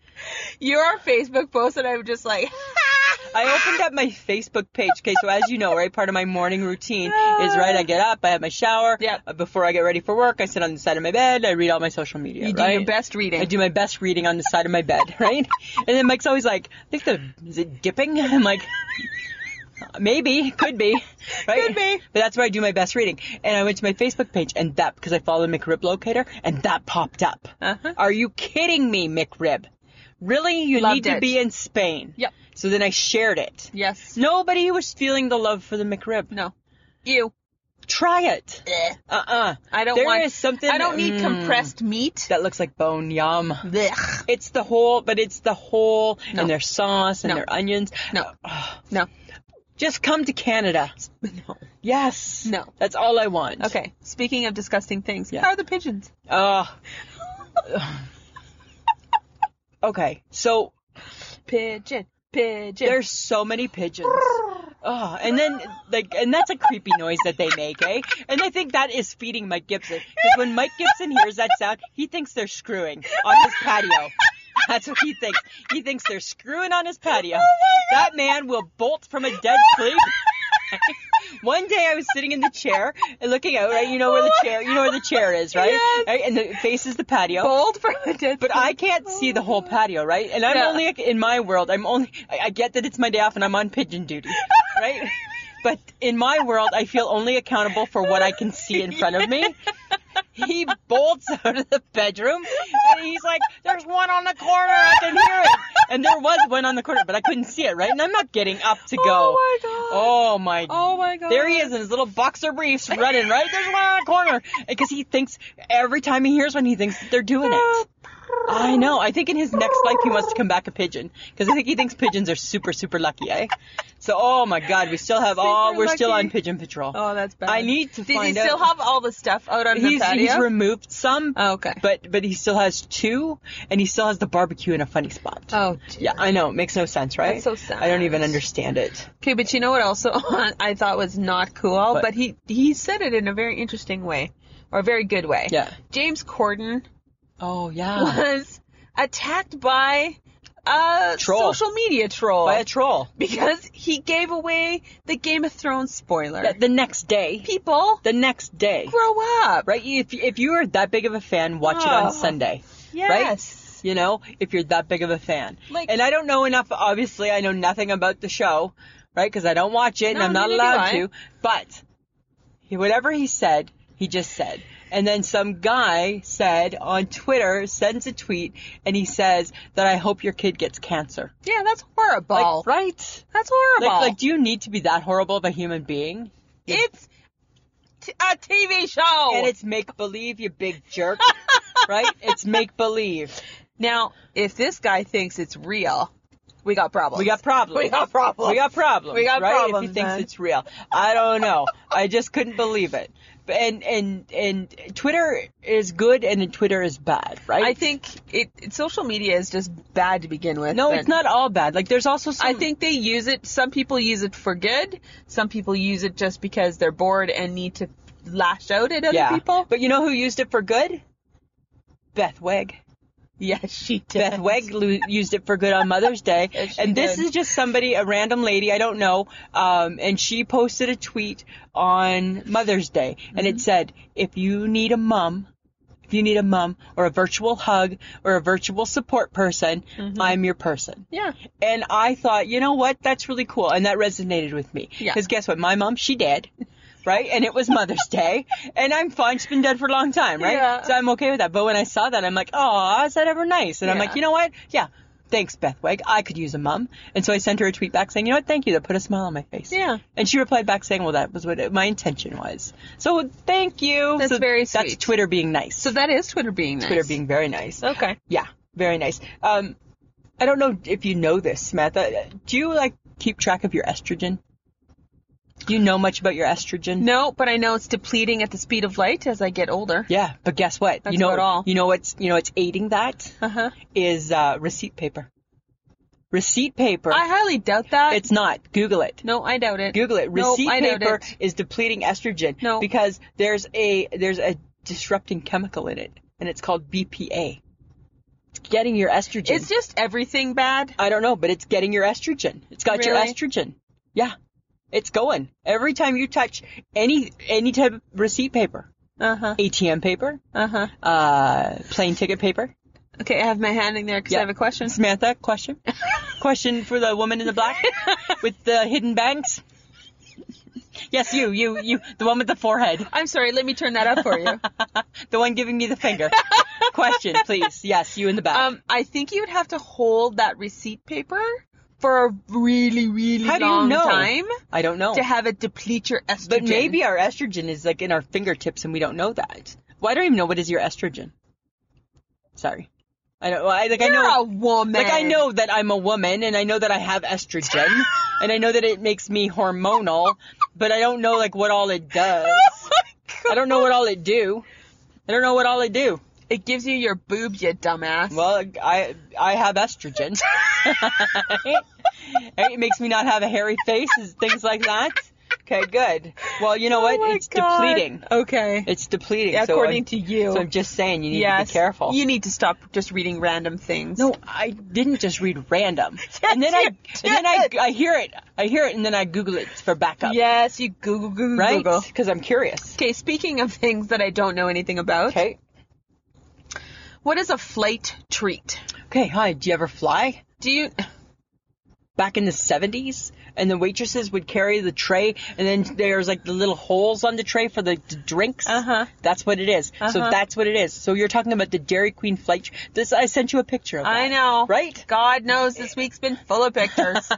Your Facebook post, and I'm just like, <laughs>
I opened up my Facebook page. Okay, so as you know, right, part of my morning routine is right. I get up, I have my shower.
Yep.
Uh, Before I get ready for work, I sit on the side of my bed. I read all my social media.
you do
right?
your best reading.
I do my best reading on the side of my bed, <laughs> right? And then Mike's always like, I think the is it dipping? <laughs> I'm like, maybe, could be, right?
Could be.
But that's where I do my best reading. And I went to my Facebook page, and that because I follow McRib Locator, and that popped up.
Uh-huh.
Are you kidding me, McRib? Really, you
Loved
need to
it.
be in Spain.
Yep.
So then I shared it.
Yes.
Nobody was feeling the love for the McRib.
No. You.
Try it. Uh uh
I don't
There
want.
is something.
I don't need
mm,
compressed meat.
That looks like bone. Yum.
Blech.
It's the whole, but it's the whole,
No.
and their sauce and
No.
their onions. <sighs>
No. No.
Just come
<laughs>
to Canada.
No.
Yes.
No.
That's all I want.
Okay. Speaking of disgusting things,
Yeah.
how are the pigeons?
Uh, <laughs> okay. So
Pigeon. Pigeon.
there's so many pigeons. Oh, and then like, and that's a creepy noise that they make, eh? And I think that is feeding Mike Gibson because when Mike Gibson hears that sound, he thinks they're screwing on his patio. That's what he thinks. He thinks they're screwing on his patio. that man will bolt from a dead sleep. <laughs> One day I was sitting in the chair and looking out, right? You know where the chair, you know where the chair is, right?
Yes.
Right? And the faces the patio.
Bold for the distance.
But I can't see the whole patio, right? And I'm
Yeah.
only in my world. I'm only. I I get that it's my day off and I'm on
<laughs>
pigeon duty, right? But in my world, I feel only accountable for what I can see in front of me. He bolts out of the bedroom and he's like, "There's one on the corner. I can hear it." And there was one on the corner, but I couldn't see it, right? And I'm not getting up to go.
Oh my god.
Oh my
Oh my god.
there he is in his little boxer briefs running, right? There's one on the corner. Because he thinks, every time he hears one, he thinks they're doing it. I know. I think in his next life, he wants to come back a pigeon. Because I think he thinks pigeons are super, super lucky, eh? So, oh my god, we still have all,
Super
we're still
lucky.
on pigeon patrol.
Oh, that's bad.
I need to
Did
find
he still
out.
have all the stuff out on the
He's,
patio?
he's removed some,
oh, okay.
but but he still has two, and he still has the barbecue in a funny spot.
oh, dear.
Yeah, I know. It makes no sense, right?
That's so sad.
I don't even understand it.
Okay, but you know what? Also, <laughs> I thought was not cool,
What?
but he he said it in a very interesting way, or a very good way.
Yeah.
James Corden <laughs>
Oh, yeah.
was attacked by a
Troll.
social media troll
By a troll.
because he gave away the Game of Thrones spoiler.
The- The next day.
People
<laughs> the next day.
grow up,
Right? If if you are that big of a fan, watch it
Oh.
on Sunday.
Yes.
You know, if you're that big of a fan.
Like-
and I don't know enough. Obviously, I know nothing about the show, right? Because I don't watch it, and
No,
I'm not
neither do
allowed
I.
to. But he, whatever he said, he just said. And then some guy said on Twitter sends a tweet, and he says that I hope your kid gets cancer.
Yeah, that's horrible.
Like, right?
That's horrible.
Like, like, do you need to be that horrible of a human being?
it's t- a TV show.
And it's make believe, you big jerk. right? It's make believe.
now, if this guy thinks it's real, we got problems.
We got problems.
We got problems.
We got problems.
We got
right? If
problems,
he thinks
man.
it's real, I don't know. I just couldn't believe it. But- And and and Twitter is good and then Twitter is bad, right?
I think it, it- social media is just bad to begin with.
no,
but
it's not all bad. Like there's also some.
I think they use it. Some people use it for good. Some people use it just because they're bored and need to lash out at other
yeah.
people.
But you know who used it for good? Beth Wegg.
<laughs> yes, she did.
Beth Wegg lo- used it for good on Mother's Day.
<laughs> Yes, she
and this
did.
is just somebody, a random lady, I don't know, um, and she posted a tweet on Mother's Day, and
Mm-hmm.
it said, "If you need a mum, if you need a mum or a virtual hug or a virtual support person,
Mm-hmm.
I'm your person."
Yeah.
And I thought, you know what? That's really cool, and that resonated with me.
Yeah.
Because guess what? My mom, she dead. Right, and it
<laughs>
was Mother's Day, and I'm fine. She's been dead for a long time, right?
Yeah.
So I'm okay with that. But when I saw that, I'm like, oh, is that ever nice? And I'm
Yeah.
like, you know what? Yeah, thanks, Beth Wegg. I could use a mum. And so I sent her a tweet back saying, you know what? Thank you. That put a smile on my face.
Yeah.
And she replied back saying, well, that was what it, my intention was. So thank you.
That's
So
very
That's
sweet.
Twitter being nice.
So that is Twitter being nice.
Twitter being very nice.
okay.
Yeah, very nice. Um, I don't know if you know this, Samantha. Do you like keep track of your estrogen? Do you know much about your estrogen?
No, but I know it's depleting at the speed of light as I get older.
Yeah, but guess what?
That's
you know
about all.
You know what's you know what's aiding that
Uh huh.
is uh, receipt paper. Receipt paper.
I highly doubt that.
it's not. Google it.
no, I doubt it.
Google it.
No,
Receipt
I doubt
paper
it.
is depleting estrogen
No.
because there's a there's a disrupting chemical in it, and it's called BPA. It's getting your estrogen.
It's just everything bad.
I don't know, but it's getting your estrogen. It's got your
Really?
estrogen. Yeah. It's going. Every time you touch any any type of receipt paper,
Uh huh.
ATM paper,
Uh huh.
uh, plane ticket paper.
Okay, I have my hand in there because I
Yeah.
have a question.
Samantha,
<laughs>
question? question for the woman in the black with the hidden bangs? Yes, you, you, you, the one with the forehead,
I'm sorry. Let me turn that up for
<laughs>
you.
the one giving me
<laughs>
the finger. question, please. Yes, you in the back.
Um, I think you would have to hold that receipt paper for a really, really
How do you
long
know?
time
I don't know.
to have it deplete your estrogen.
But maybe our estrogen is like in our fingertips and we don't know that. Well, I don't even know what is your estrogen. Sorry. I don't well, I like I
you're
know
a woman.
like I
<laughs>
know that I'm a woman and I know that I have estrogen and I know that it makes me hormonal, but I don't know like what all it does.
Oh
I don't know what all it do. I don't know what all it do.
It gives you your boobs, you dumbass.
Well, I I have estrogen. <laughs> Right? it makes me not have a hairy face and things like that. Okay, good. Well, you know what?
Oh my
it's
God.
depleting.
Okay.
It's depleting. so
According
I'm-
to you.
So I'm just saying, you need
yes.
to be careful.
You need to stop just reading random things.
no, I didn't just read
<laughs>
random. and then I,
you
and then I,
did.
I hear it. I hear it, and then I Google it for backup.
Yes, you Google, Google,
right?
Google.
Because I'm curious.
Okay, speaking of things that I don't know anything about,
Okay.
what is a flight treat?
Okay. Hi. Do you ever fly?
Do you.
back in the 70s and the waitresses would carry the tray and then there's like the little holes on the tray for the, the drinks
Uh-huh.
that's what it is. so
Uh-huh.
that's what it is so you're talking about the dairy queen flight tr- this i sent you a picture of
I
that,
know.
right
God knows this week's been full of
<laughs>
pictures.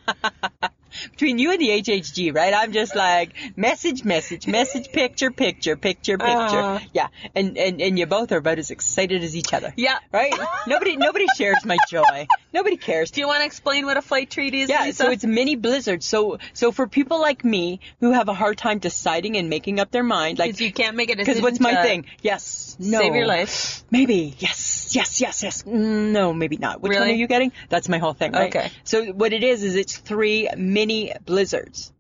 between you and the hhg right i'm just like message message message picture picture picture picture
Uh.
yeah and, and and you both are about as excited as each other
yeah.
right nobody nobody shares my joy nobody cares
Do you want to explain what a flight treat is?
Yeah,
Lisa?
so it's mini blizzard. So so for people like me who have a hard time deciding and making up their mind, like
because you can't make a decision.
because what's my
to
thing? Yes, no.
Save your life.
Maybe yes, yes, yes, yes. Mm, No, maybe not. Which one
Really?
are you getting? That's my whole thing. Right?
Okay.
So what it is is it's three mini blizzards.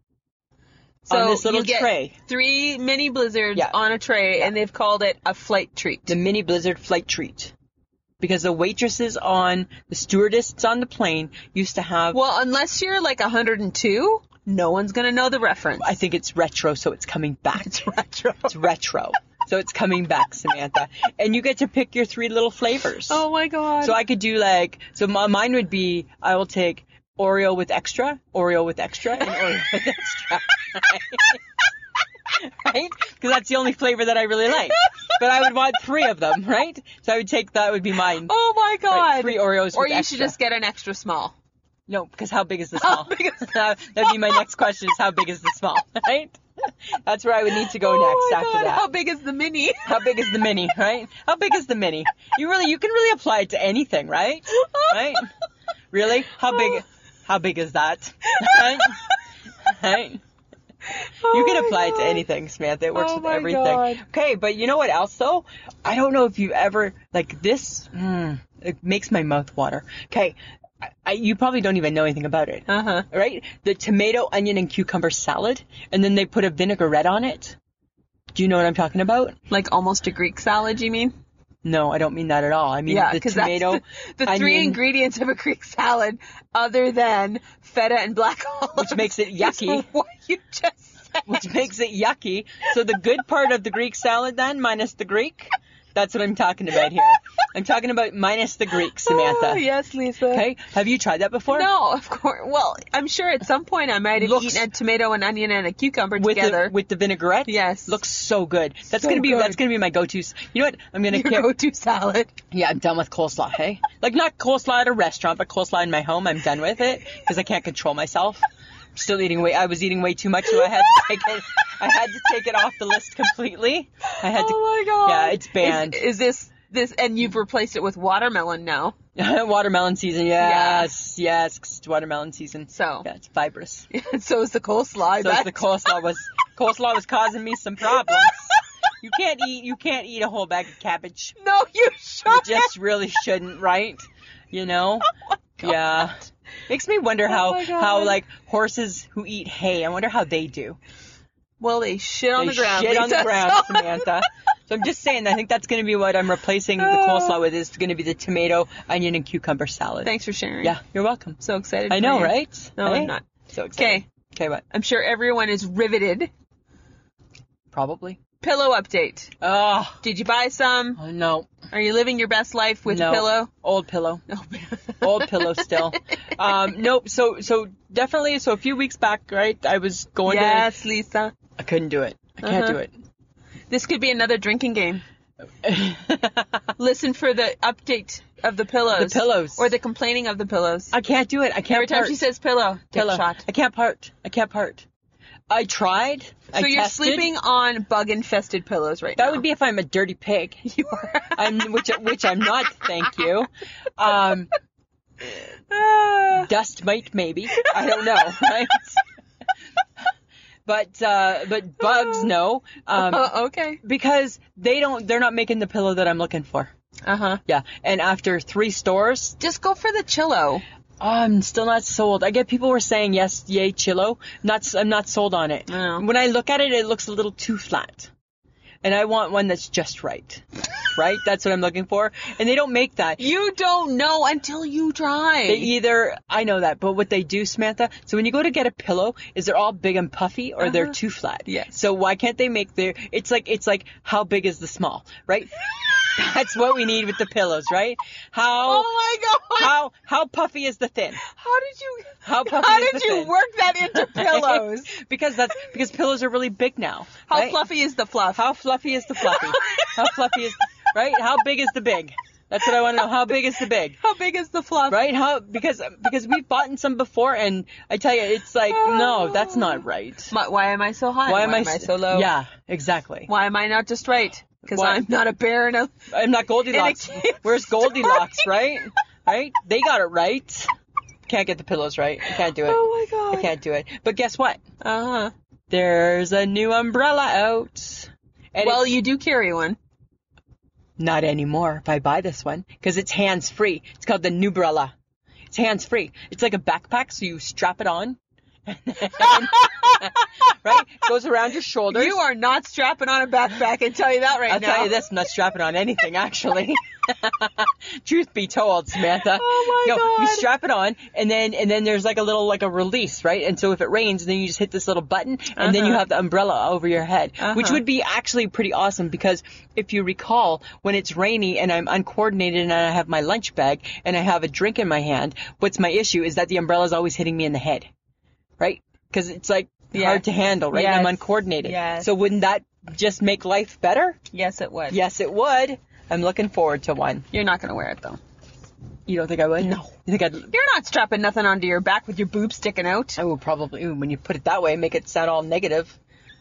So
this little
you get
tray.
three mini blizzards
Yeah.
on a tray, and they've called it a flight treat.
the mini blizzard flight treat. Because the waitresses on the stewardesses on the plane used to have.
Well, unless you're like 102, no one's gonna know the reference.
I think it's retro, so it's coming back. It's retro. It's retro. so it's coming back, Samantha. And you get to pick your three little flavors.
Oh my god.
So I could do like, so my, mine would be, I will take Oreo with extra, Oreo with extra, and Oreo with <laughs> extra. right? Because that's the only flavor that I really like. But I would want three of them, right? So I would take that would be mine.
oh my god.
Right, three Oreos
or
with
you
extra.
should just get an extra small.
No, because <laughs> how big is
<laughs>
the small?
big
<laughs>
is the
That'd be my next question: is how big is the small? <laughs> Right? That's where I would need to go
oh
next
my
after
god.
that.
How big is the mini? <laughs>
How big is the mini, right? How big is the mini? You really, you can really apply it to anything, right? Right? Really?
<laughs>
How big? How big is that? Right? Right? You can apply it to anything, Samantha. It works
Oh
with
my
everything.
God.
Okay, but you know what else though? I don't know if you ever like this. Mm, it makes my mouth water. Okay, I, I, you probably don't even know anything about it,
Uh huh.
right? The tomato, onion, and cucumber salad, and then they put a vinaigrette on it. Do you know what I'm talking about?
Like almost a Greek salad, you mean?
No, I don't mean that at all. I mean
Yeah,
the
'cause that's
tomato,
<laughs> The three
onion,
ingredients of a Greek salad, other than feta and black olives,
which
<laughs>
makes it yucky.
is What you just said.
Which makes it yucky. So the good part of the Greek salad, then, minus the Greek, that's what I'm talking about here. I'm talking about minus the Greek, Samantha.
<laughs> Oh, yes, Lisa.
Okay, have you tried that before?
No, of course. Well, I'm sure at some point I might have
Looks-
eaten a tomato, an onion, and a cucumber
With
together.
the with the vinaigrette,
Yes.
looks so good. That's
So
gonna be
good.
that's gonna be my go-to. s- You know what? I'm
<laughs>
gonna
your
get-
go-to salad.
Yeah, I'm done with coleslaw. Hey, like not coleslaw at a restaurant, but coleslaw in my home. I'm done with it because I can't control myself. I'm still eating way. I was eating way too much, so I had to take it. I had to take it off the list completely. I <laughs> had
oh my god!
yeah, it's banned.
Is, is this this? And you've replaced it with watermelon now. <laughs>
to <laughs> watermelon season. Yes, yes, 'cause it's watermelon season.
So.
yeah, it's fibrous.
so is the coleslaw. I
So
bet.
the coleslaw was coleslaw was causing me some problems. You can't eat. You can't eat a whole bag of cabbage.
<laughs> no, you
You
shouldn't. <laughs>
just really shouldn't, right? You know?
Oh
yeah. Makes me wonder how
my God.
how like horses who eat hay. I wonder how they do.
well, they shit on
they
the ground.
shit on the
Lisa,
ground,
so-
Samantha. So I'm just saying. I think that's going to be what I'm replacing the
Oh.
coleslaw with. Is going to be the tomato, onion, and cucumber
<laughs>
salad.
Thanks for sharing.
Yeah, you're welcome.
so excited.
I
for
know,
you.
right?
No,
Hey?
I'm not.
So excited.
Okay,
Okay, what?
I'm sure everyone is riveted.
Probably.
Pillow update.
Oh,
Did you buy some?
oh no.
Are you living your best life with
no.
pillow? <laughs>
Old pillow.
No.
old <laughs> pillow still. Um, nope. So so definitely. So a few weeks back, right? I was going to.
yes, Lisa.
I couldn't do it. I can't
Uh-huh.
do it.
This could be another drinking game.
Uh-huh.
Listen for the update of the pillows.
The pillows.
Or the complaining of the pillows.
<laughs> I can't do it. I can't.
Every time
part.
she says pillow, take
pillow,
a shot.
I can't part. I can't part. I tried. I
So you're
tested.
sleeping on bug infested pillows right now.
That would be if I'm a dirty pig.
you are.
I'm which which I'm not. Thank <laughs> you. Um,
Ah.
dust might maybe. I don't know. <laughs> Right. But uh, but bugs no. Um,
oh, okay.
because they don't. They're not making the pillow that I'm looking for.
Uh huh.
Yeah. And after three stores,
Just go for the chillo.
Oh, I'm still not sold. I get people were saying yes, yay, chilo. Not, s- I'm not sold on it.
Yeah.
When I look at it, it looks a little too flat, and I want one that's just right. right, that's what I'm looking for, and they don't make that.
You don't know until you try.
They either I know that, but what they do, Samantha. So when you go to get a pillow, is they're all big and puffy, or they're too flat?
Uh-huh. Yes.
So why can't they make their? It's like it's like how big is the small, right? <laughs>
<laughs>
That's what we need with the pillows, right?
oh
How
my god!
how how puffy is the thin?
How did you?
<laughs> How puffy
how
is
did
the
you
thin? <laughs>
work that into pillows?
because that's because pillows are really big now.
How
right?
fluffy is the fluff?
How fluffy is the fluffy? how fluffy is right? How big is the big? That's what I want to know. How big is the big?
<laughs> How big is the fluff?
Right? How because because we've bought in some before, and I tell you, it's like no, that's not right.
My- Oh. why am I so high?
Why am, I,
so low?
Yeah, exactly.
Why am I not just right? Because
Why-
I'm not a bear and a. <laughs>
I'm not Goldilocks.
And it keeps
Where's Goldilocks? Right? Right? They got it right. Can't get the pillows right. I can't do it.
Oh my god.
I can't do it. But guess what?
Uh huh.
There's a new umbrella out. And
Well,
it's-
you do carry one.
Not anymore if I buy this one because it's hands free. It's called the Nubrella. It's hands free. It's like a backpack, so you strap it on. <laughs> right? Goes around your shoulders.
You are not strapping on a backpack. I can tell you that right
I'll
now.
tell you this, I'm not strapping on anything, actually. <laughs> Truth be told, Samantha.
Oh my
no, you
God.
strap it on, and then and then there's like a little like a release, right? And so if it rains, then you just hit this little button, and then you have the umbrella over your head, which
Uh-huh.
would be actually pretty awesome because if you recall, when it's rainy and I'm uncoordinated and I have my lunch bag and I have a drink in my hand, what's my issue is that the umbrella's always hitting me in the head, right? Because it's like hard
Yes.
to handle, right? And I'm
Yes.
uncoordinated.
Yes.
So wouldn't that just make life better?
Yes, it would.
Yes, it would. I'm looking forward to one.
You're not gonna wear it though.
You don't think I would? No. You think I'd?
You're not strapping nothing onto your back with your boob sticking out.
I would probably. ooh, when you put it that way, make it sound all negative,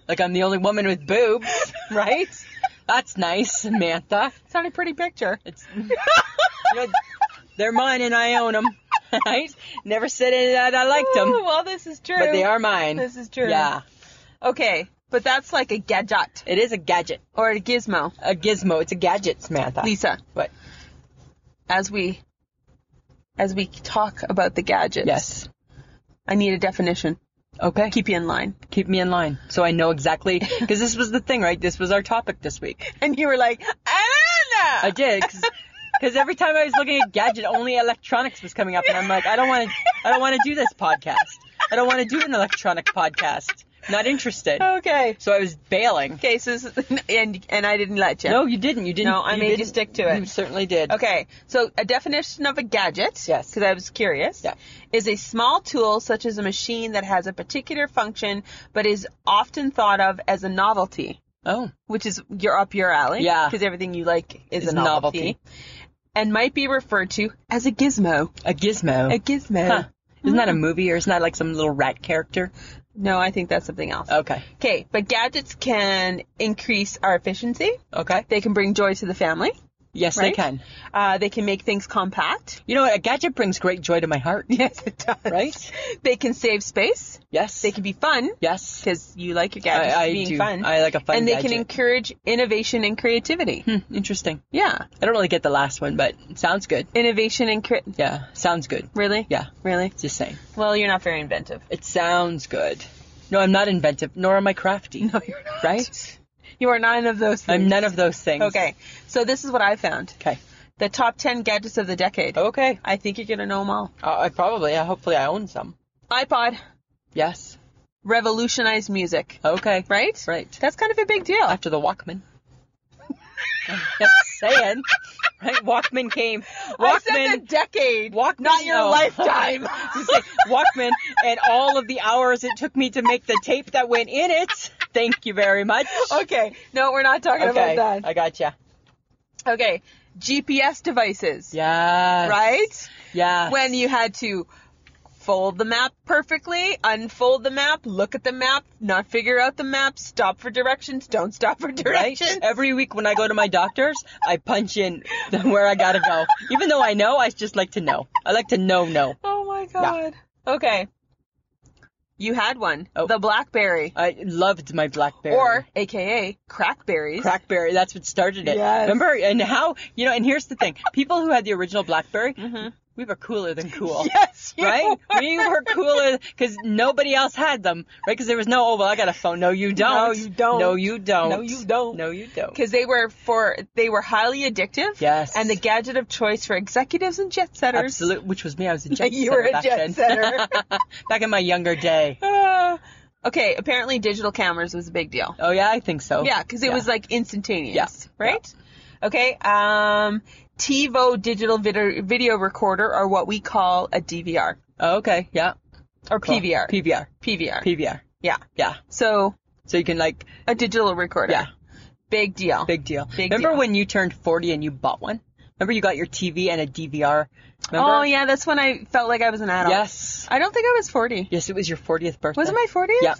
like I'm the only woman with <laughs> boobs, right? That's nice, Samantha.
It's not a pretty picture.
It's, You know, they're mine and I own them. <laughs> Right? Never said it that I liked
Ooh,
them,
well, this is true.
but they are mine.
This is true.
Yeah.
Okay, but that's like a gadget
It is a gadget,
or a gizmo.
a gizmo. It's a gadget, Samantha.
Lisa,
What?
as we as we talk about the gadgets,
Yes.
I need a definition.
Okay.
Keep you in line.
keep me in line so I
<laughs>
know exactly because this was the thing, right? This was our topic this week.
And you were like, I
I
don't know.
did because every time I was looking at gadget, only electronics was coming up, and I'm like, I don't want to, I don't want to do this podcast. I don't want to do an electronic podcast. Not interested.
Okay.
So I was bailing.
Okay, so this- <laughs> and and I didn't let you.
No, you didn't. You didn't.
No, I made you
didn't-
stick to it.
You certainly did.
Okay, so a definition of a gadget,
Yes.
because I was curious,
Yeah.
is a small tool such as a machine that has a particular function but is often thought of as a novelty,
Oh,
which is you're up your alley,
Yeah.
because everything you like is
Is
a
a
novelty,
novelty.
and might be referred to as a gizmo.
a gizmo.
A gizmo. Mm-hmm.
Huh. Isn't that a movie or isn't that like some little rat character?
No, I think that's something else.
Okay.
Okay, but gadgets can increase our efficiency.
Okay.
They can bring joy to the family.
Yes,
Right?
they can.
Uh, they can make things compact. <laughs>
You know, what? a gadget brings great joy to my heart.
Yes, it does.
Right?
They can save space.
Yes.
They can be fun.
Yes.
because you like your gadgets
I, I
being
do.
fun.
I like a fun
and they
gadget.
can encourage innovation and creativity.
Hmm, interesting.
Yeah,
I don't really get the last one, but sounds good.
innovation and cre-
Yeah, sounds good.
really,
Yeah,
really.
just saying.
Well, you're not very inventive.
It sounds good. No, I'm not inventive, nor am
<laughs>
I crafty. No,
you're not.
Right?
You are none of those things.
I'm none of those things.
Okay, so this is what I found:
Okay.
the top ten gadgets of the decade.
Okay.
I think you're gonna know them all.
Uh, I probably, uh, hopefully, I own some.
iPod
Yes.
revolutionized music,
Okay.
right?
Oh. Right.
That's kind of a big deal.
After the
<laughs>
Walkman. <laughs> I'm just saying. Right? Walkman came.
I said the
Walkman.
decade,
Walkman,
not your
no. <laughs>
lifetime.
Just like Walkman and all of the hours it took me to make the tape that went in it. Thank you very much.
<laughs> okay, no, we're not talking about
I
that.
gotcha.
Okay, GPS devices,
Yeah.
right?
Yeah.
when you had to fold the map perfectly, unfold the map, look at the map, not figure out the map, stop for directions, don't stop for
Right?
directions.
Every week when I go to my doctor's, I punch in <laughs> where I gotta go. Even though I know, I just like to know. I like to know, know.
Oh my god. Okay. You had one.
Oh.
The Blackberry.
I loved my Blackberry.
Or AKA Crackberries. <laughs>
Blackberry. That's what started it.
Yes.
Remember? And how, you know, and here's the thing people who had the original Blackberry, we were cooler than cool.
Mm-hmm. <laughs> Yes, you <laughs>
Right?
were.
We were cooler because nobody else had them, right? Because there was no, oh, well, I got a phone. No, you don't.
No, you don't.
No, you don't.
No, you don't.
No, you don't.
because they were for they were highly addictive.
Yes.
and the gadget of choice for executives and jet setters.
Absolute, which was me. I was a
<laughs>
jet
You
setter
were a
back
jet
then.
setter.
<laughs>
<laughs>
back in my younger day.
Ah. okay, apparently digital cameras was a big deal.
Oh, yeah, I think so.
Yeah, because it was like instantaneous,
Yeah.
right? Okay. Um, TiVo digital video, video recorder, or what we call a DVR
Oh, okay, yeah.
or
Cool.
PVR.
PVR.
PVR.
PVR.
yeah.
Yeah.
So
So you can, like,
a digital recorder.
Yeah.
Big deal.
big deal.
Big
Remember
deal.
when you turned 40 and you bought one? Remember you got your TV and a DVR? Remember?
Oh yeah, that's when I felt like I was an adult.
Yes.
I don't think I was forty.
Yes, it was your 40th birthday.
Was it my fortieth?
Yeah.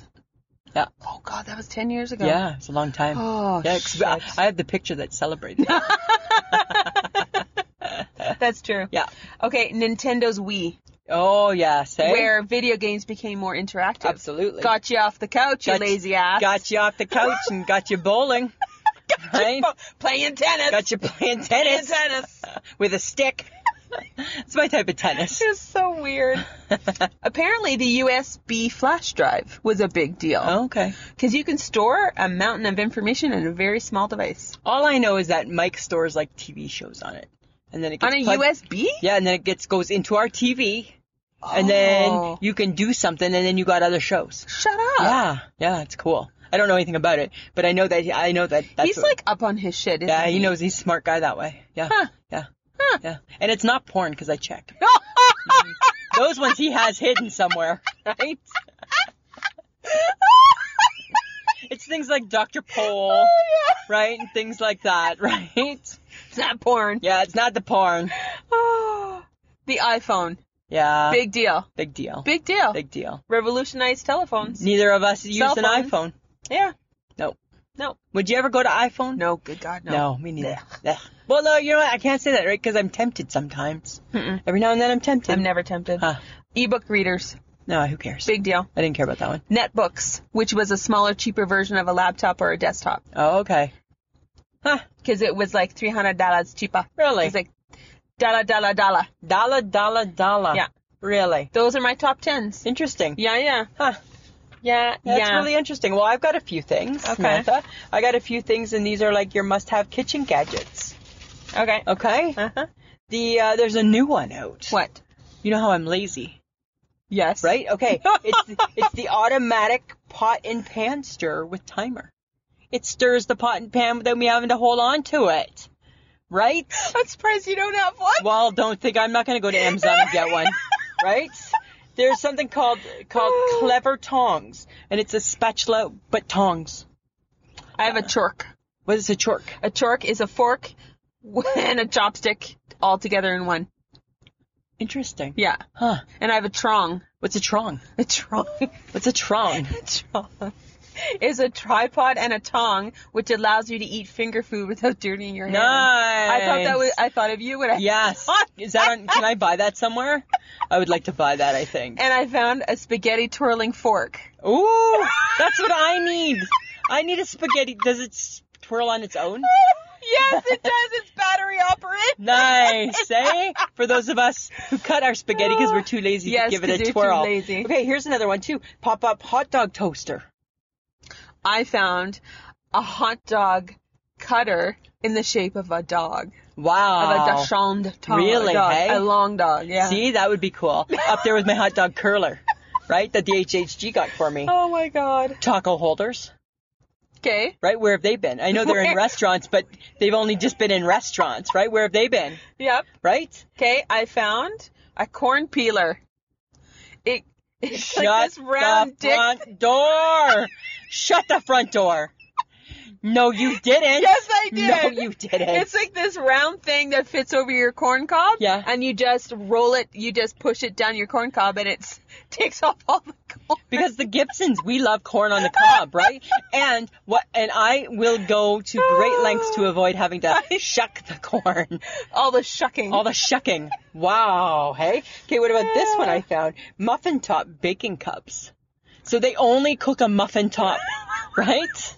Yeah.
Oh god, that was ten years ago.
Yeah, it's a long time.
Oh,
yeah, 'cause I,
shit.
I have the picture that celebrated. it.
That's true.
yeah.
Okay, Nintendo's Wii,
Oh yeah, say
where video games became more interactive.
absolutely
Got you off the couch, you
Got-
lazy ass.
got you off the couch and got
<laughs>
you bowling. right?
playing tennis.
Got you playing
playing
Oh, tennis
tennis.
<laughs> with a stick. <laughs> it's my type
<laughs>
of tennis.
It's so weird.
<laughs>
Apparently, the USB flash drive was a big deal
Okay.
because you can store a mountain of information in a very small device
All I know is that Mike stores like TV shows on it, and then it
on
gets
a
plugged-
USB.
Yeah, and then it gets goes into our TV, and then
Oh.
you can do something, and then you got other shows.
Shut up.
Yeah, yeah, it's cool. I don't know anything about it, but I know that I know that that's
He's
what-
like up on his shit. Isn't
Yeah, he knows he's a smart guy that way. Yeah.
Mm-hmm. Huh.
Yeah.
Huh.
Yeah. And it's not porn because
<laughs>
I checked. Mm-hmm. Those ones he has hidden somewhere, right? <laughs> it's things like Dr. Pole,
Oh,
right? And things like that, <laughs> right?
It's not porn.
Yeah, it's not the porn.
<gasps> the iPhone,
Yeah.
big deal.
big deal.
Big deal.
Big deal.
Revolutionized telephones.
Neither of us used an
phones.
iPhone.
Yeah.
Nope.
No.
Would you ever go to iPhone?
No. Good God, no.
No, me neither. Ugh. Well, no, you know what? I can't say that, right? Because I'm tempted sometimes.
Mm-mm.
Every now and then I'm tempted.
I'm never tempted.
Huh.
Ebook readers,
No, who cares?
big deal.
I didn't care about that one.
Netbooks, which was a smaller, cheaper version of a laptop or a desktop,
Oh, okay. Huh?
because it was like three hundred dollars cheaper.
Really?
It's like dollar, dollar, dollar.
dollar, dollar, dollar.
Yeah.
Really?
Those are my top tens.
Interesting.
Yeah, yeah,
Huh.
yeah,
That's
yeah.
really interesting. Well, I've got a few things.
Okay.
Samantha. I got a few things, and these are like your must-have kitchen gadgets.
okay.
Okay.
Uh huh.
The uh, there's a new one out.
What?
You know how I'm lazy,
Yes.
right? Okay. it's the, it's the automatic pot and pan stir with timer. It stirs the pot and pan without me having to hold on to it, right?
I'm surprised you don't have one.
Well, don't think I'm not going to go to Amazon and get one, right? There's something called called clever tongs, and it's a spatula but tongs.
I have a chork.
What is a chork?
A chork is a fork <laughs> and a chopstick all together in one.
Interesting.
Yeah.
Huh.
And I have a trong.
What's a trong?
A trong. <laughs>
What's a trong?
Tron is a tripod and a tong, which allows you to eat finger food without dirtying your hands. I thought that was. I thought of you when I.
Yes. Is that on, can I buy that somewhere? I would like to buy that. I think.
And I found a spaghetti twirling fork.
Ooh, that's what I need. I need a spaghetti. Does it s- twirl on its own?
yes, it does. It's battery operated. <laughs>
Nice, eh? For those of us who cut our spaghetti because we're too lazy
Yes,
to give
'cause
it
you're
a
too
twirl.
lazy.
Okay, here's another one too. Pop up hot dog toaster.
I found a hot dog cutter in the shape of a dog, of a
Wow.
Dachshund dog.
Really,
dog,
hey?
A long dog. Yeah.
See, that would be cool. Up there with my hot dog curler, right? That the HHG got for me.
Oh my god.
Taco holders,
Okay.
right? Where have they been? I know they're in
Where?
restaurants, but they've only just been in restaurants, right? Where have they been?
Yep.
Right?
Okay, I found a corn peeler. It it's like this round
the
dick.
front door. Shut the front door. No, you didn't.
<laughs> Yes, <laughs> I did.
No, you didn't.
It's like this round thing that fits over your corn cob.
Yeah.
And you just roll it, you just push it down your corn cob and it <laughs> takes off all the corn.
because the Gibsons, we love corn on the cob, right? And what? And I will go to great lengths to avoid
<laughs>
having to shuck the corn.
All the shucking.
All the shucking. Wow. Hey. Okay. What about this one? I found muffin top baking cups. So they only cook a muffin top, right?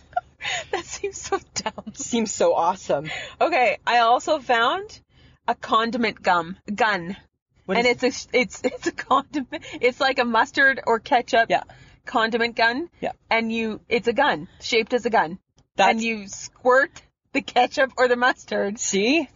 that seems so dumb.
Seems so awesome.
Okay, I also found a condiment gum gun.
What
and
is-
it's a it's <laughs> it's a condiment. It's like a mustard or ketchup
Yeah.
condiment gun.
Yeah.
And you, it's a gun shaped as a gun.
That's-
and you squirt the ketchup or the
<sighs>
mustard.
See?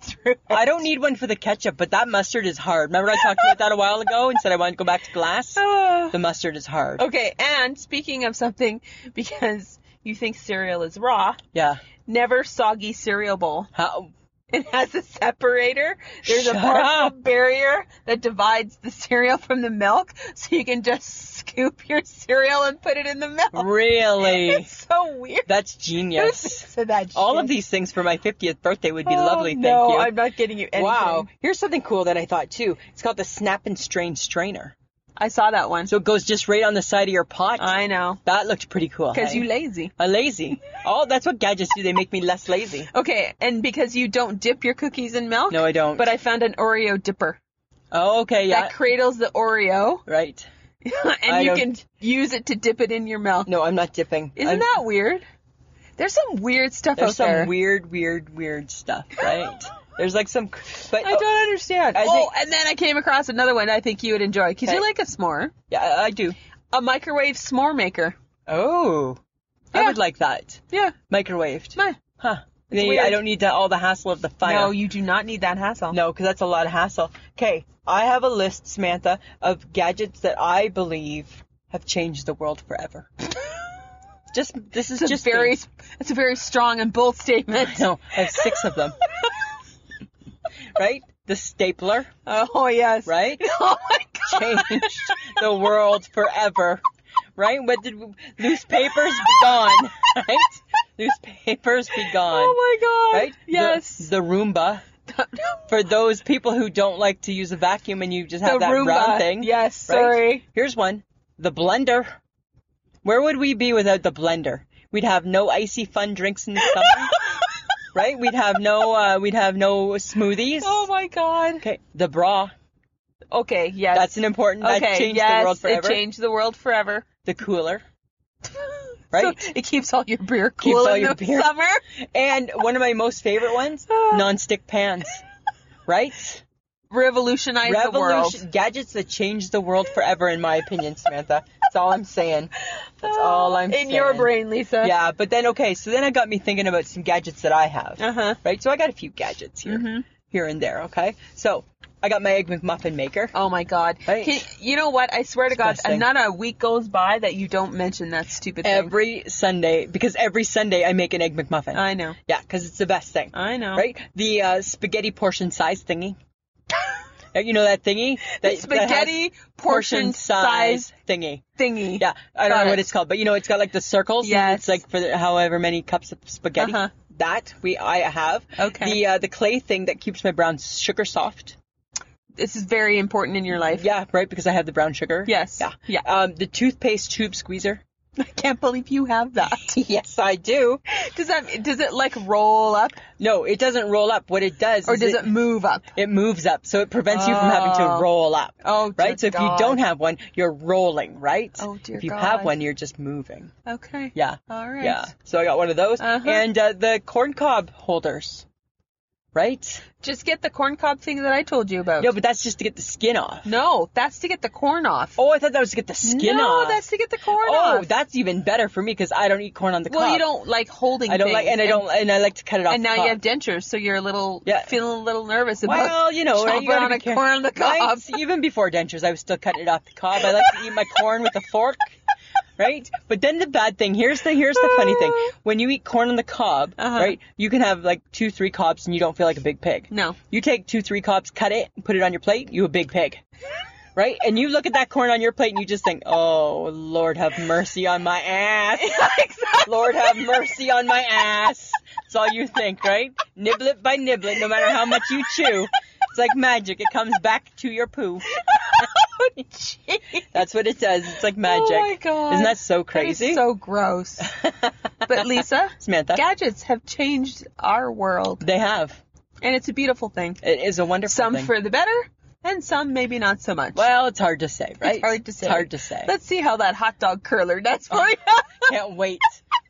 I don't need one for the ketchup, but that mustard is hard. Remember I talked about that a while ago and said I wanted to go back to glass? The mustard is hard.
Oh. Okay. And speaking of something, <laughs> because you think cereal is raw,
Yeah.
never soggy cereal bowl. <laughs>
How,
It has a separator. There's
Shut
a partial
up.
barrier that divides the cereal from the milk, so you can just <laughs> scoop your cereal and put it in the milk. <laughs>
really?
It's so weird.
That's genius.
<laughs> So that
All of
shit.
these things for my 50th birthday would be
Oh,
lovely. Thank
no,
you.
I'm not getting you anything.
Wow. Here's something cool that I thought too. It's called the snap and strain strainer.
I saw that one.
So it goes just right on the side of your pot.
I know.
that looked pretty cool.
Because
hey?
you lazy.
I'm lazy. Oh, that's what gadgets do. They make me less lazy.
Okay, and because you don't dip your cookies in milk.
No, I don't.
But I found an Oreo dipper
Oh, okay, yeah.
that cradles the Oreo, <laughs>
right.
and
I
you
don't-
can use it to dip it in your milk.
No, I'm not dipping.
Isn't
I'm-
that weird? There's some weird stuff
There's
out
some
there.
weird, weird, weird stuff, right? there's like some. But
I don't understand.
I
oh,
think-
and then I came across another one I think you would enjoy because you
Okay.
like a s'more,
Yeah, I, I do.
a microwave s'more maker.
Oh, I
Yeah.
would like that.
Yeah.
Microwaved.
Meh.
Huh. Then you-
weird.
I don't need to, all the hassle of the fire.
No, you do not need that hassle.
No, because that's a lot of hassle. Okay, I have a list, Samantha, of gadgets that I believe have changed the world forever. <laughs> just this is
It's a
just
very,
me.
it's a very strong and bold statement.
No, I have six of them. right, the stapler,
Oh yes.
right,
<laughs> Oh my god.
changed the world forever. Right? What did we, newspapers be gone? Right? Newspapers be gone.
Oh my god.
right? The-
Yes.
The, Roomba. For those people who don't like to use a vacuum and you just have
The
that
Roomba.
round thing.
Yes.
right?
Sorry.
Here's one. The blender. Where would we be without the blender? We'd have no icy fun drinks in the
<laughs>
summer. right? We'd have no uh, we'd have no smoothies.
Oh my god.
Okay. The bra.
Okay. Yes.
That's an important
okay.
that changed
yes,
the world forever.
It changed the world forever. <laughs>
The cooler.
So
Right?
it keeps all your beer
Keeps
cool
all
in
your
the
beer-
summer.
and one of my most
<sighs>
favorite ones, non-stick pans. Right?
Revolutionized the world.
Revolution gadgets that changed the world forever, in my opinion, Samantha. That's all I'm saying. That's all I'm
in
saying.
your brain, Lisa.
Yeah, but then okay, so then it got me thinking about some gadgets that I have.
Uh huh.
Right? So I got a few gadgets here,
Mm-hmm.
here and there. Okay, so I got my egg McMuffin maker.
Oh my God!
Right.
Can- you know what? I swear to God,
Disgusting.
not a week goes by that you don't mention that stupid thing.
Every Sunday, because every Sunday I make an egg McMuffin.
I know.
Yeah, because it's the best thing.
I know.
Right? The uh, spaghetti portion size
<laughs>
thingy. Uh, you know that thingy? That, that has
Spaghetti portion size
thingy.
thingy.
Yeah, I don't
Got
know what
it.
it's called, but you know it's got like the circles. Yeah,
Yes.
It's like for the- however many cups of spaghetti.
Uh-huh.
That we I have.
Okay.
The uh, the clay thing that keeps my brown sugar soft.
This is very important in your life.
Yeah, right because I have the brown sugar.
Yes.
Yeah.
Yeah.
Um, the toothpaste tube squeezer.
<laughs> I can't believe you have
<laughs>
that.
yes, I do.
Does that does it like roll up
No, it doesn't roll up. What it does,
or
is
does it, move up?
It moves up, so it prevents you from having to
Oh.
roll up.
Oh, dear
right. So if you
God.
don't have one, you're rolling, right?
Oh, dear
If you
God.
have one, you're just moving.
Okay.
Yeah.
All right.
Yeah. So I got one of those,
Uh-huh.
and uh, the corn cob holders. Right?
Just get the corn cob thing that I told you about.
No, but that's just to get the skin off.
no, that's to get the corn off.
Oh, I thought that was to get the skin
no,
off.
that's to get the corn
oh,
off.
that's even better for me because I don't eat corn on the cob.
well, you don't like holding.
I don't
things,
like, and I don't, and I like to cut it off.
And
the
now
cob.
you have dentures, so you're a little
Yeah.
feeling a little nervous about.
Well, you know, right,
chomping
you gotta
on
be
a
care-
corn on the cob.
Right? See, Even before dentures, I was still cutting it off the cob. I like
<laughs>
to eat my corn with a fork, right? But then the bad thing here's the here's the funny thing: when you eat corn on the cob,
Uh-huh.
right, you can have like two three cobs and you don't feel like a big pig.
<laughs>
<laughs>
No.
you take two three cobs, cut it, put it on your plate, you a big pig. Right? And you look at that corn on your plate and you just think, oh, Lord have mercy on my ass.
exactly.
Lord have mercy on my ass. That's all you think, right? Niblet by niblet, no matter how much you chew, it's like magic. It comes back to your poo. That's what it does. It's like magic.
Oh my God.
Isn't that so
That is
crazy?
so
<laughs>
gross. but Lisa,
Samantha,
gadgets have changed our world,
they have.
and it's a beautiful thing.
It is a wonderful
Some
thing.
for the better, and some maybe not so much.
well, it's hard to say, right?
It's hard to say.
It's hard to say. Oh.
Let's see how that hot dog curler does for you. <laughs>
Can't wait.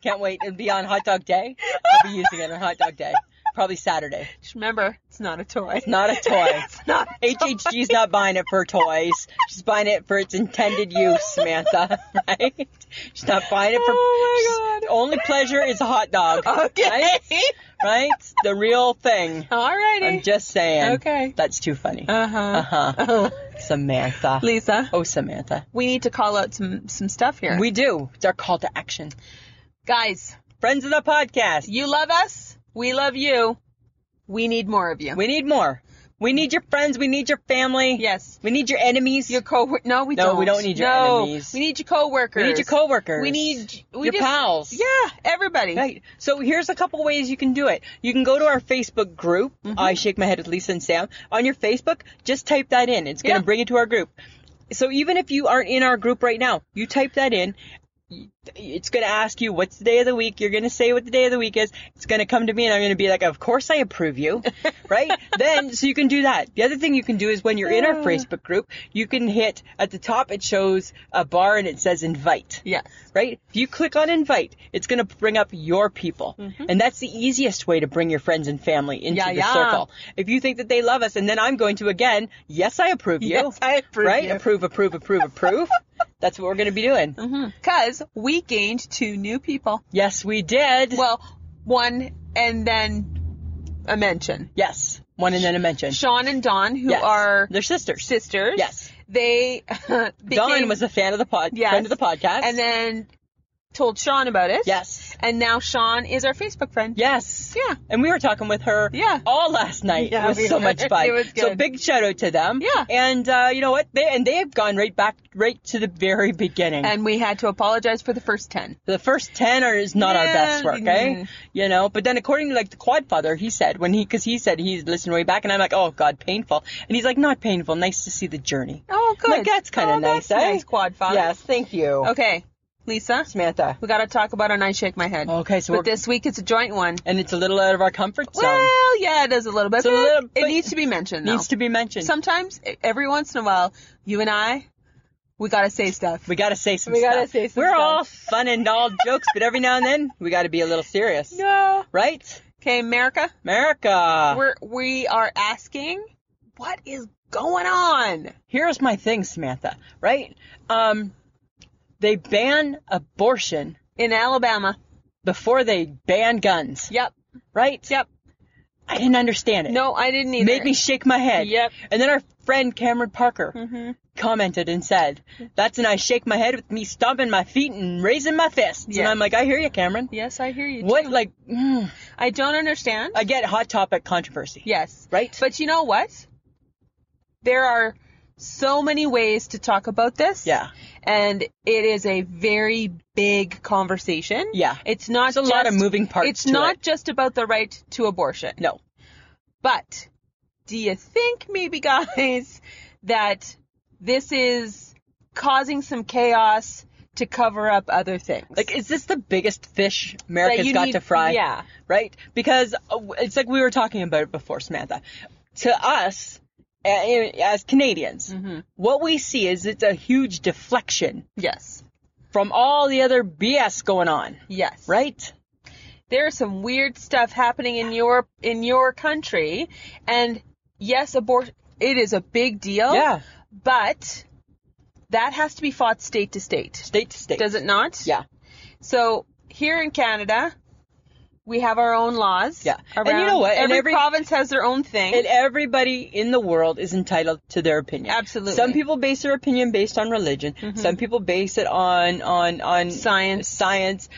Can't wait. It'll be on hot dog day. I'll be using it on hot dog day. Probably Saturday.
Just remember, it's not a toy.
It's not a toy.
<laughs> it's not.
HHG's not buying it for toys. She's buying it for its intended use, Samantha. <laughs> Right? She's not buying it for.
Oh my
she's- Only pleasure is a hot
<laughs>
dog.
Okay.
Right? Right? The real thing. I'm
Alrighty.
just saying.
Okay.
That's too funny.
Uh huh.
Uh-huh. Samantha.
Lisa,
Oh, Samantha.
we need to call out some some stuff here.
We do. It's our call to action.
guys,
Friends of the podcast.
you love us. We love you. We need more of you.
We need more. We need your friends. We need your family.
yes.
We need your enemies.
Your co no, we
No,
don't.
we don't need your
No,
enemies.
We need your coworkers.
we need your coworkers.
We need we
your
just-
pals.
Yeah, everybody.
Right. So here's a couple ways you can do it. You can go to our Facebook group. I shake my head with Lisa and Sam. On your Facebook, just type that in. It's going to
Yeah.
bring you to our group. So even if you aren't in our group right now, you type that in. It's going to ask you what's the day of the week. You're going to say what the day of the week is. It's going to come to me and I'm going to be like, "Of course I approve you." right? Then so you can do that. The other thing you can do is when you're in our Facebook group, you can hit at the top it shows a bar and it says invite
Yes.
right? If you click on invite, it's going to bring up your people. And that's the easiest way to bring your friends and family into
Mm-hmm. Yeah,
the
yeah.
circle. If you think that they love us, and then I'm going to again, yes, I approve you.
Yes, I approve
Right?
you.
Approve, approve,
<laughs>
approve, approve. that's what we're going to be doing.
Mm-hmm. Because we gained two new people.
Yes, we did.
Well, one and then a mention.
yes. One and then a mention.
Sean and Dawn, who
Yes.
are
They're sisters.
sisters.
Yes.
They <laughs>
Dawn
became-
was a fan of the pod,
Yes.
friend of the podcast.
and then told Sean about it.
yes.
And now Sean is our Facebook friend.
Yes.
Yeah.
And we were talking with her
Yeah.
all last night.
Yeah,
it was
we
so
were.
much
<laughs>
fun.
It was
So
good.
big shout out to them.
Yeah.
And uh, you know what? They and they have gone right back right to the very beginning.
And we had to apologize for the first 10.
the first ten are is not our
Yeah.
best work, eh?
Mm.
You know. But then according to like the quad father, he said when he because he said he's listened way back, and I'm like, oh god, painful. And he's like, not painful. Nice to see the journey.
Oh, good.
Like, that's kinda
Oh,
nice,
that's
eh?
nice, quad father.
Yes. Thank you.
Okay, Lisa,
Samantha.
we got to talk about our night shake my head.
Okay. So
But
we're,
this week it's a joint one.
and it's a little out of our comfort zone.
Well, yeah, it is a little bit.
a
but
little
it
bit-
needs to be mentioned, though.
Needs to be mentioned.
Sometimes, e, every once in a while, you and I, we got to say stuff.
We gotta say some
We
stuff.
gotta say some
We're
stuff.
all fun and all jokes, but every now and then we gotta be a little serious.
no.
Right?
Okay, America,
America.
we're, we are asking what is going on?
Here's my thing, Samantha, right? Um they ban abortion
In Alabama.
before they ban guns.
Yep.
Right?
Yep.
I didn't understand it.
No, I didn't
It
either.
made me shake my head.
Yep. Mm-hmm.
And then our friend Cameron Parker commented and said, That's when I shake my head with me stomping my feet and raising my fists. And
Yeah.
I'm like, I hear you, Cameron.
Yes, I hear you.
What
too.
like mm,
I don't understand.
I get hot topic controversy.
yes.
Right?
But you know what? There are so many ways to talk about this.
Yeah.
And it is a very big conversation.
Yeah.
It's not
There's a lot
just-
of moving parts
It's
to
not
it.
just about the right to abortion.
No.
But do you think maybe <laughs> guys that this is causing some chaos to cover up other things?
Like, is this the biggest fish
That
America's
you
got
need-
to fry?
Yeah.
Right? Because uh, it's like we were talking about it before, Samantha. To us, a- as Canadians,
Mm-hmm.
what we see is it's a huge deflection
Yes.
from all the other BS going on,
Yes.
right?
there's some weird stuff happening in your in your country and yes abortion it is a big deal
Yeah.
but that has to be fought state to state
State to state.
does it not
Yeah.
so here in canada we have our own laws
Yeah. And you know what? And
every,
every-
province has their own thing
And everybody in the world is entitled to their opinion.
Absolutely. Mm-hmm.
Some people base their opinion based on religion. Some people base it on on on
Science.
science,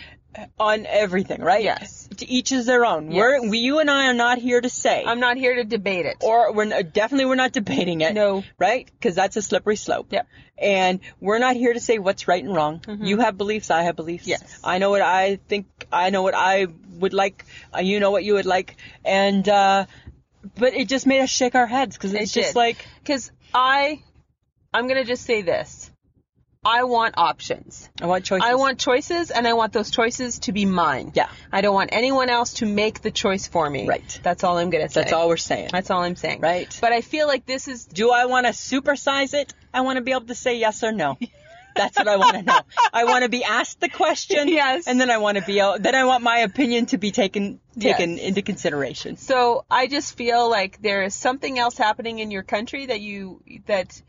on everything. Right.
Yes.
To each is their own. We're we, you and I are not here to say.
i'm not here to debate it
or we're n- definitely we're not debating it.
No.
Right? Because that's a slippery slope.
Yep. Mm-hmm.
And we're not here to say what's right and wrong. You have beliefs. I have beliefs.
Yes.
I know what I think. I know what I would like. uh, You know what you would like. And. uh but it just made us shake our heads because it's
It
just
did.
like
because i i'm gonna just say this i want options
I want choices.
I want choices, and I want those choices to be mine.
Yeah.
I don't want anyone else to make the choice for me.
Right.
That's all I'm gonna say.
That's all we're saying.
That's all I'm saying.
Right.
But I feel like this is
Do I want to supersize it? I want to be able to say yes or no. That's what I want to know. I want to be asked the question.
Yes.
And then I want to be out. Then I want my opinion to be taken taken
Yes.
into consideration.
So I just feel like there is something else happening in your country that you that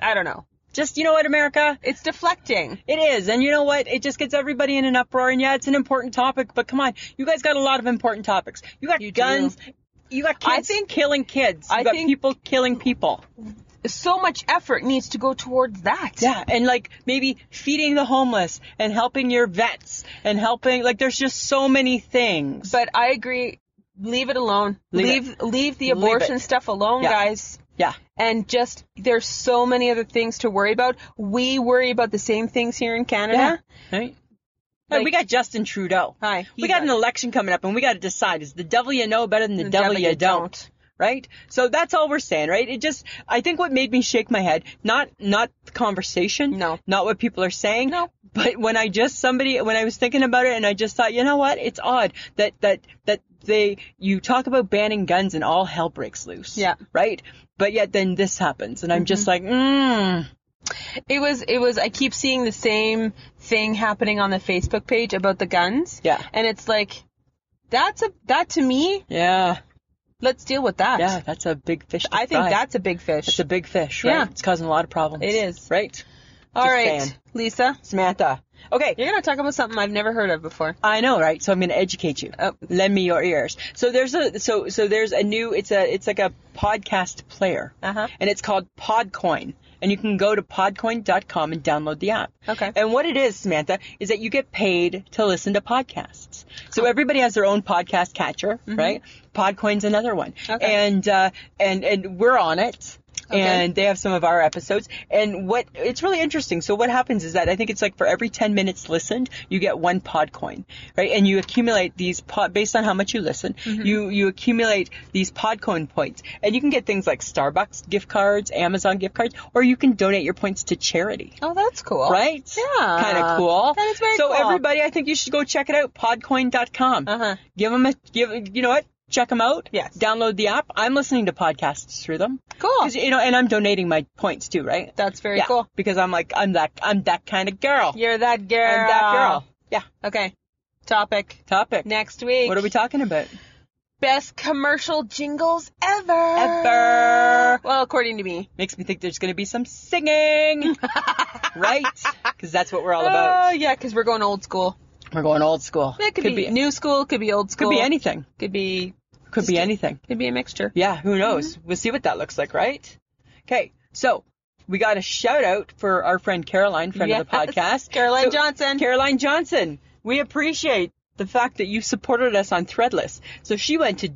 I don't know.
Just you know what, America.
It's deflecting.
It is. And you know what? It just gets everybody in an uproar. And yeah, it's an important topic, but come on. You guys got a lot of important topics. You got
You do.
guns. You got kids
I think-
killing kids. You
I
got
think-
people killing people.
So much effort needs to go towards that.
Yeah. And like maybe feeding the homeless and helping your vets and helping, like, there's just so many things.
But I agree. Leave it alone.
Leave
Leave leave, the abortion
it.
stuff alone,
Yeah.
guys.
yeah.
And just there's so many other things to worry about. We worry about the same things here in Canada.
Right. Hey,
Like-
we got Justin Trudeau.
Hi, he
We got an
does.
election coming up, and we got to decide: is the devil you know better than the,
The
devil, you don't? Right. So that's all we're saying, right? It just, I think, what made me shake my head, not not the conversation,
No.
not what people are saying,
No.
but when I just somebody, when I was thinking about it, and I just thought, you know what? It's odd that that that they you talk about banning guns and all hell breaks loose.
Yeah. Mm-hmm.
Right. But yet then this happens, and I'm just like, mm,
It was it was I keep seeing the same thing happening on the Facebook page about the guns.
Yeah.
And it's like that's a that to me,
yeah,
let's deal with that.
yeah, that's a big fish. to
I think
fry.
that's a big fish.
It's a big fish, right?
Yeah.
It's causing a lot of problems.
It is.
Right?
All
just
right,
saying.
Lisa,
Samantha. Okay.
you're going to talk about something I've never heard of before.
I know, right? So I'm going to educate you.
Oh.
Lend me your ears. So there's a so so there's a new it's a it's like a podcast player.
Uh-huh.
And it's called Podcoin. And you can go to podcoin.com and download the app.
Okay.
And what it is, Samantha, is that you get paid to listen to podcasts. So everybody has their own podcast catcher, right? Podcoin's another one.
Okay.
And uh, and and we're on it. And they have some of our episodes. And what it's really interesting. So what happens is that I think it's like for every 10 minutes listened, you get one pod coin, right? And you accumulate these pod based on how much you listen. You you accumulate these pod coin points, and you can get things like Starbucks gift cards, Amazon gift cards, or you can donate your points to charity.
Oh, that's cool.
Right?
Yeah.
Kind of cool.
That is very
so
cool.
everybody, I think you should go check it out. Podcoin.com.
Uh-huh.
Give them a give. You know what? Check them out.
Yes.
Download the app. I'm listening to podcasts through them.
Cool.
'Cause, You know, and I'm donating my points too, right?
That's very
yeah,
cool.
Because I'm like, I'm that, I'm that kind of girl.
You're that girl.
I'm that girl. Yeah.
Okay. Topic
Topic.
next week.
What are we talking about?
Best commercial jingles ever.
Ever.
Well, according to me.
Makes me think there's going to be
<laughs>
some singing, right? Because that's what we're all
Oh,
about.
yeah, because we're going old school.
We're going old school.
It could, be, new school, could be old
Could
school.
be anything.
Could be
Could be anything.
could be a mixture.
Yeah, who knows?
Mm-hmm.
We'll see what that looks like, right? Okay, so we got a shout out for our friend Caroline, friend of the
Yes,
podcast.
Caroline
So-
Johnson.
Caroline Johnson, we appreciate the fact that you supported us on Threadless. So she went to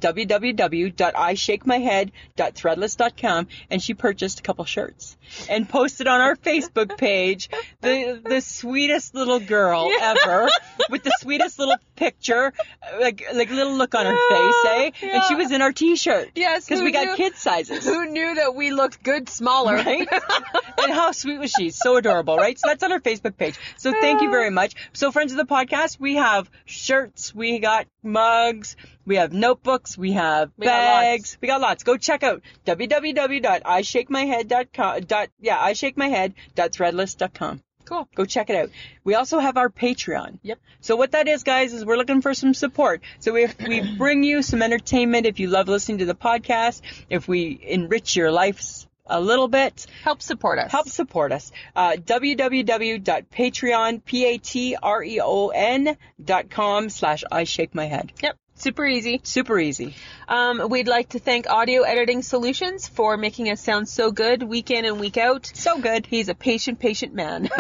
www.ishakemyhead.threadless.com and she purchased a couple shirts and posted on our Facebook page the the sweetest little girl ever with the sweetest little picture, like like little look on her face, eh? And she
Yeah.
was in our t-shirt.
Yes,
because
who
we got
knew?
kid
<laughs>
sizes.
Who knew that we looked good smaller?
Right? and how sweet was she? So adorable, right? So that's on our Facebook page. So thank you very much. So, friends of the podcast, we have shirts, we got mugs, we have notebooks, we have
We got
bags, we got lots. Go check out www.ishakemyhead.com. Dot, yeah, ishakemyhead.threadless.com.
Cool.
Go check it out. We also have our Patreon.
Yep.
So what that is, guys, is we're looking for some support. So if we bring you some entertainment, if you love listening to the podcast, if we enrich your lives a little bit,
Help support us.
help support us. Uh, www.patreon, P-A-T-R-E-O-N E dot com slash I shake my head.
Yep. Super easy.
Super easy.
Um, we'd like to thank Audio Editing Solutions for making us sound so good week in and week out.
So good.
He's a patient, patient
<laughs>
man.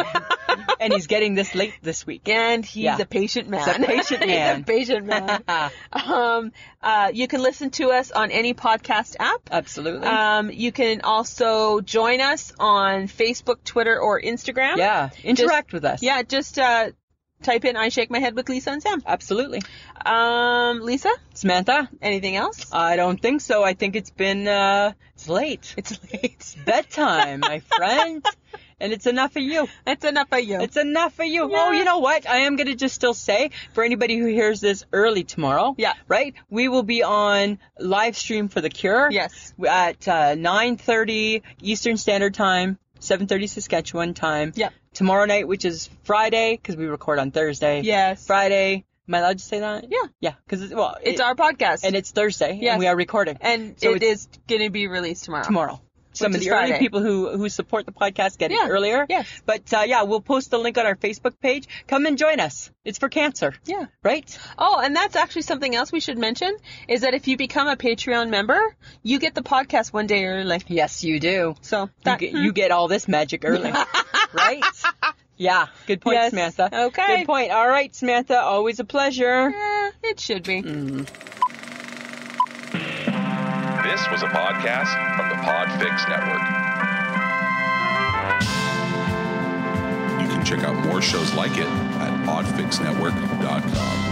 and he's getting this late this week.
and he's
Yeah.
a patient man.
He's a patient
<laughs>
man.
he's a patient
<laughs>
man. um, uh, you can listen to us on any podcast app.
Absolutely.
Um, you can also join us on Facebook, Twitter, or Instagram.
yeah. Interact with us.
Yeah, just uh, type in I Shake My Head with Lisa and Sam.
Absolutely.
Um, Lisa,
Samantha,
anything else?
I don't think so. I think it's been uh <laughs> it's late.
It's late.
bedtime, my friend. And it's enough of you.
That's enough of you.
It's enough for you.
Yeah.
Oh, you know what? I am going to just still say for anybody who hears this early tomorrow.
Yeah.
Right? We will be on live stream for The Cure.
Yes.
At uh, 9.30 Eastern Standard Time. 7:30 Saskatchewan time.
Yep.
Tomorrow night, which is Friday, because we record on Thursday.
Yes.
Friday. Am I allowed to say that?
Yeah.
Yeah. Because it's well,
It's
it-
our podcast.
and it's Thursday,
Yes.
and we are recording.
and
so
it is going to be released tomorrow.
tomorrow. Some of
is
the
Friday.
early people who who support the podcast get
Yeah,
it earlier.
yes.
But uh, yeah, we'll post the link on our Facebook page. Come and join us. It's for cancer.
Yeah.
Right?
Oh, and that's actually something else we should mention is that if you become a Patreon member, you get the podcast one day early.
Yes, you do.
So
You
that, hmm.
get, you get all this magic
<laughs>
early. right? Yeah. Good point,
Yes.
Samantha.
Okay.
Good point. All right, Samantha. Always a pleasure.
Eh, it should be.
This was a podcast from the Podfix Network. You can check out more shows like it at podfixnetwork.com.